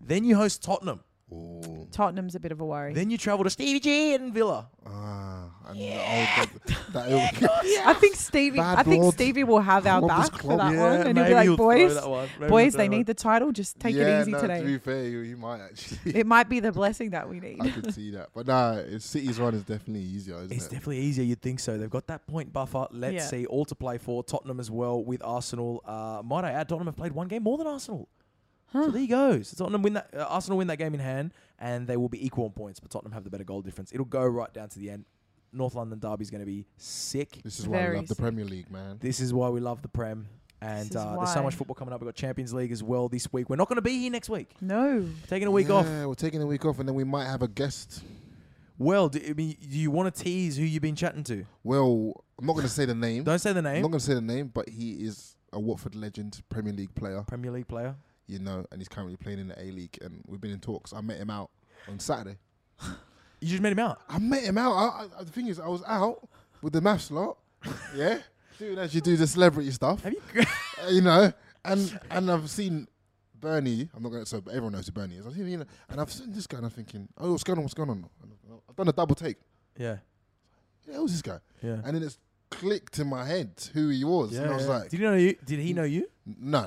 Then you host Tottenham.
Ooh.
Tottenham's a bit of a worry.
Then you travel to Stevie G and Villa.
Ah, I know that, that
I think Stevie.
Bad
I think
blood.
Stevie will have our
Club is
back for
club.
that
Yeah,
one, and he'll
maybe
be
he'll
like,
throw
"Boys,
that one. Maybe
boys,
he'll
they
throw
need the title. Just take
yeah,
it easy
no, To be
today.
fair, you, you might actually.
It might be the blessing that we need."
I could see that, but nah, it's, City's run is definitely easier, isn't
It's
it?
definitely easier. You'd think so. They've got that point buffer. Let's
Yeah.
see. All to play for. Tottenham as well with Arsenal. Uh, might I add, Tottenham have played one game more than Arsenal. So there you go. So Tottenham win that. Uh, Arsenal win that game in hand, and they will be equal on points. But Tottenham have the better goal difference. It'll go right down to the end. North London derby is going to be sick.
this is why I
Very
love the
sick.
Premier League, man.
This is why we love the Prem. And
is
uh, there's so
why.
much football coming up. We've got Champions League as well this week. We're not going to be here next week.
no,
Taking a week off.
Yeah, we're taking a week off, and then we might have a guest.
Well, do, I mean, do you want to tease who you've been chatting to?
Well, I'm not going to say the name.
Don't say the
I'm
name.
not going to say the name, but he is a Watford legend, Premier League player,
Premier League player.
you know, and he's currently playing in the A League. And we've been in talks. I met him out on Saturday.
You just met him out.
I met him out. I, I, the thing is, I was out with the maths lot. yeah, doing as you do the celebrity stuff.
Have you?
Uh, you know, and and I've seen Bernie. I'm not going to so everyone knows who Bernie is. I've seen you know, and I've seen this guy, and I'm thinking, oh, what's going on? What's going on? And I've done a double take.
yeah.
Who the hell's this guy?
Yeah.
And then it's clicked in my head who he was, and I was like,
did he know you? Did he know you?
No,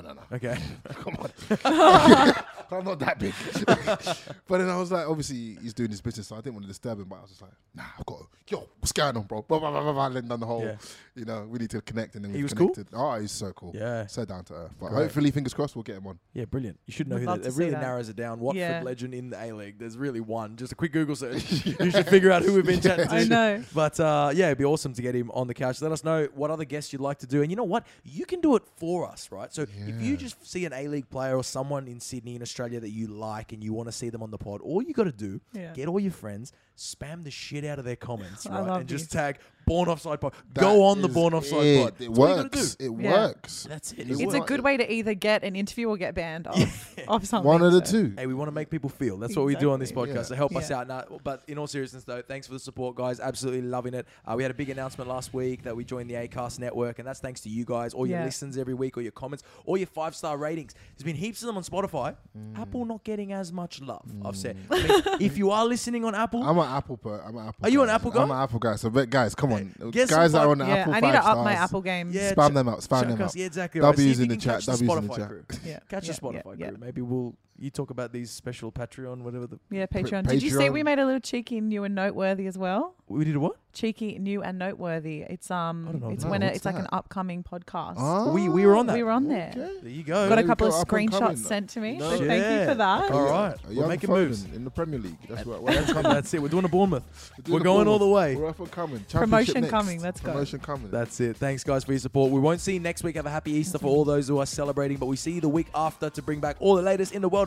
no, no.
Okay.
Come on. I'm not that big. but then I was like, obviously, he's doing his business, so I didn't want to disturb him, but I was just like, nah, I've got to, yo, what's going on, bro? Blah, blah, blah, blah, blah. And then the whole,
Yeah.
you know, we need to connect. And then
He
we
was cool?
connected. Oh, he's so cool.
Yeah.
So down to earth. But
Great.
hopefully, fingers crossed, we'll get him on.
Yeah, brilliant. You should know
Would
who
love
that.
to
It
see
really
that.
narrows it down. Watford
Yeah.
legend in the A League. There's really one. Just a quick Google search. You should figure out who we've been chatting to.
I know.
But uh, yeah, it'd be awesome to get him on the couch. Let us know what other guests you'd like to do. And you know what? You can do it for us, right? So if you just see an A League player or someone in Sydney in Australia that you like and you want to see them on the pod, all you got to do,
Yeah.
get all your friends, spam the shit out of their comments,
I
right?
love
And just
these.
tag Born Offside Pod.
That
Go on the
is
Born Offside
it.
Pod.
It
That's all you gotta
works.
do.
It
Yeah.
works.
That's it.
It
It's a
works.
good way to either get an interview or get banned off, off something.
One of the
so.
two.
Hey, we want to make people feel. That's what we do on this
Exactly.
podcast.
Yeah.
So help us
Yeah.
out. Now, but in all seriousness, though, thanks for the support, guys. Absolutely loving it. Uh, we had a big announcement last week that we joined the Acast network, and that's thanks to you guys, all your
Yeah.
listens every week, all your comments, all your five star ratings. There's been heaps of them on Spotify.
Mm.
Apple not getting as much love. I've said. I mean, if you are listening on Apple,
I'm an Apple per. I'm an Apple.
Are you an
guy.
Apple guy?
I'm an Apple guy. So but guys, come on,
Get some
guys that are on
fuck-
the
Yeah,
Apple.
I need to
five
up my
stars,
Apple game.
Yeah,
Spam
ch-
them out, spam
check
them
us.
out.
Yeah, exactly. Right. See if
W's
you
in the
can
chat.
catch the
W's in the
Spotify
chat.
crew.
Yeah,
Catch
yeah,
the Spotify
yeah,
group. Maybe we'll you talk about these special Patreon, whatever the
Yeah,
Pr-
Patreon. Did you see we
Patreon.
made a little cheeky new and noteworthy as well?
we did. What
Cheeky new and noteworthy. It's um,
know
it's
that.
when a,
What's
it's like an
that?
upcoming podcast.
Ah,
we we were on that.
we were on there.
okay.
there you go.
Got a
we
couple
go,
of
up and coming.
screenshots sent to me. So
Shit.
thank you for that.
All
Yeah.
right.
Are you
We're
up
making
and
moves.
coming in the Premier League. That's what we're up and coming.
That's it. We're doing a Bournemouth.
We're doing
We're
the
going all the way.
Bournemouth. We're up and coming. Championship
Promotion
next.
coming. Let's go.
Promotion coming.
That's it. Thanks, guys, for your support. We won't see you next week. Have a happy Easter for all those who are celebrating, but we see you the week after to bring back all the latest in the world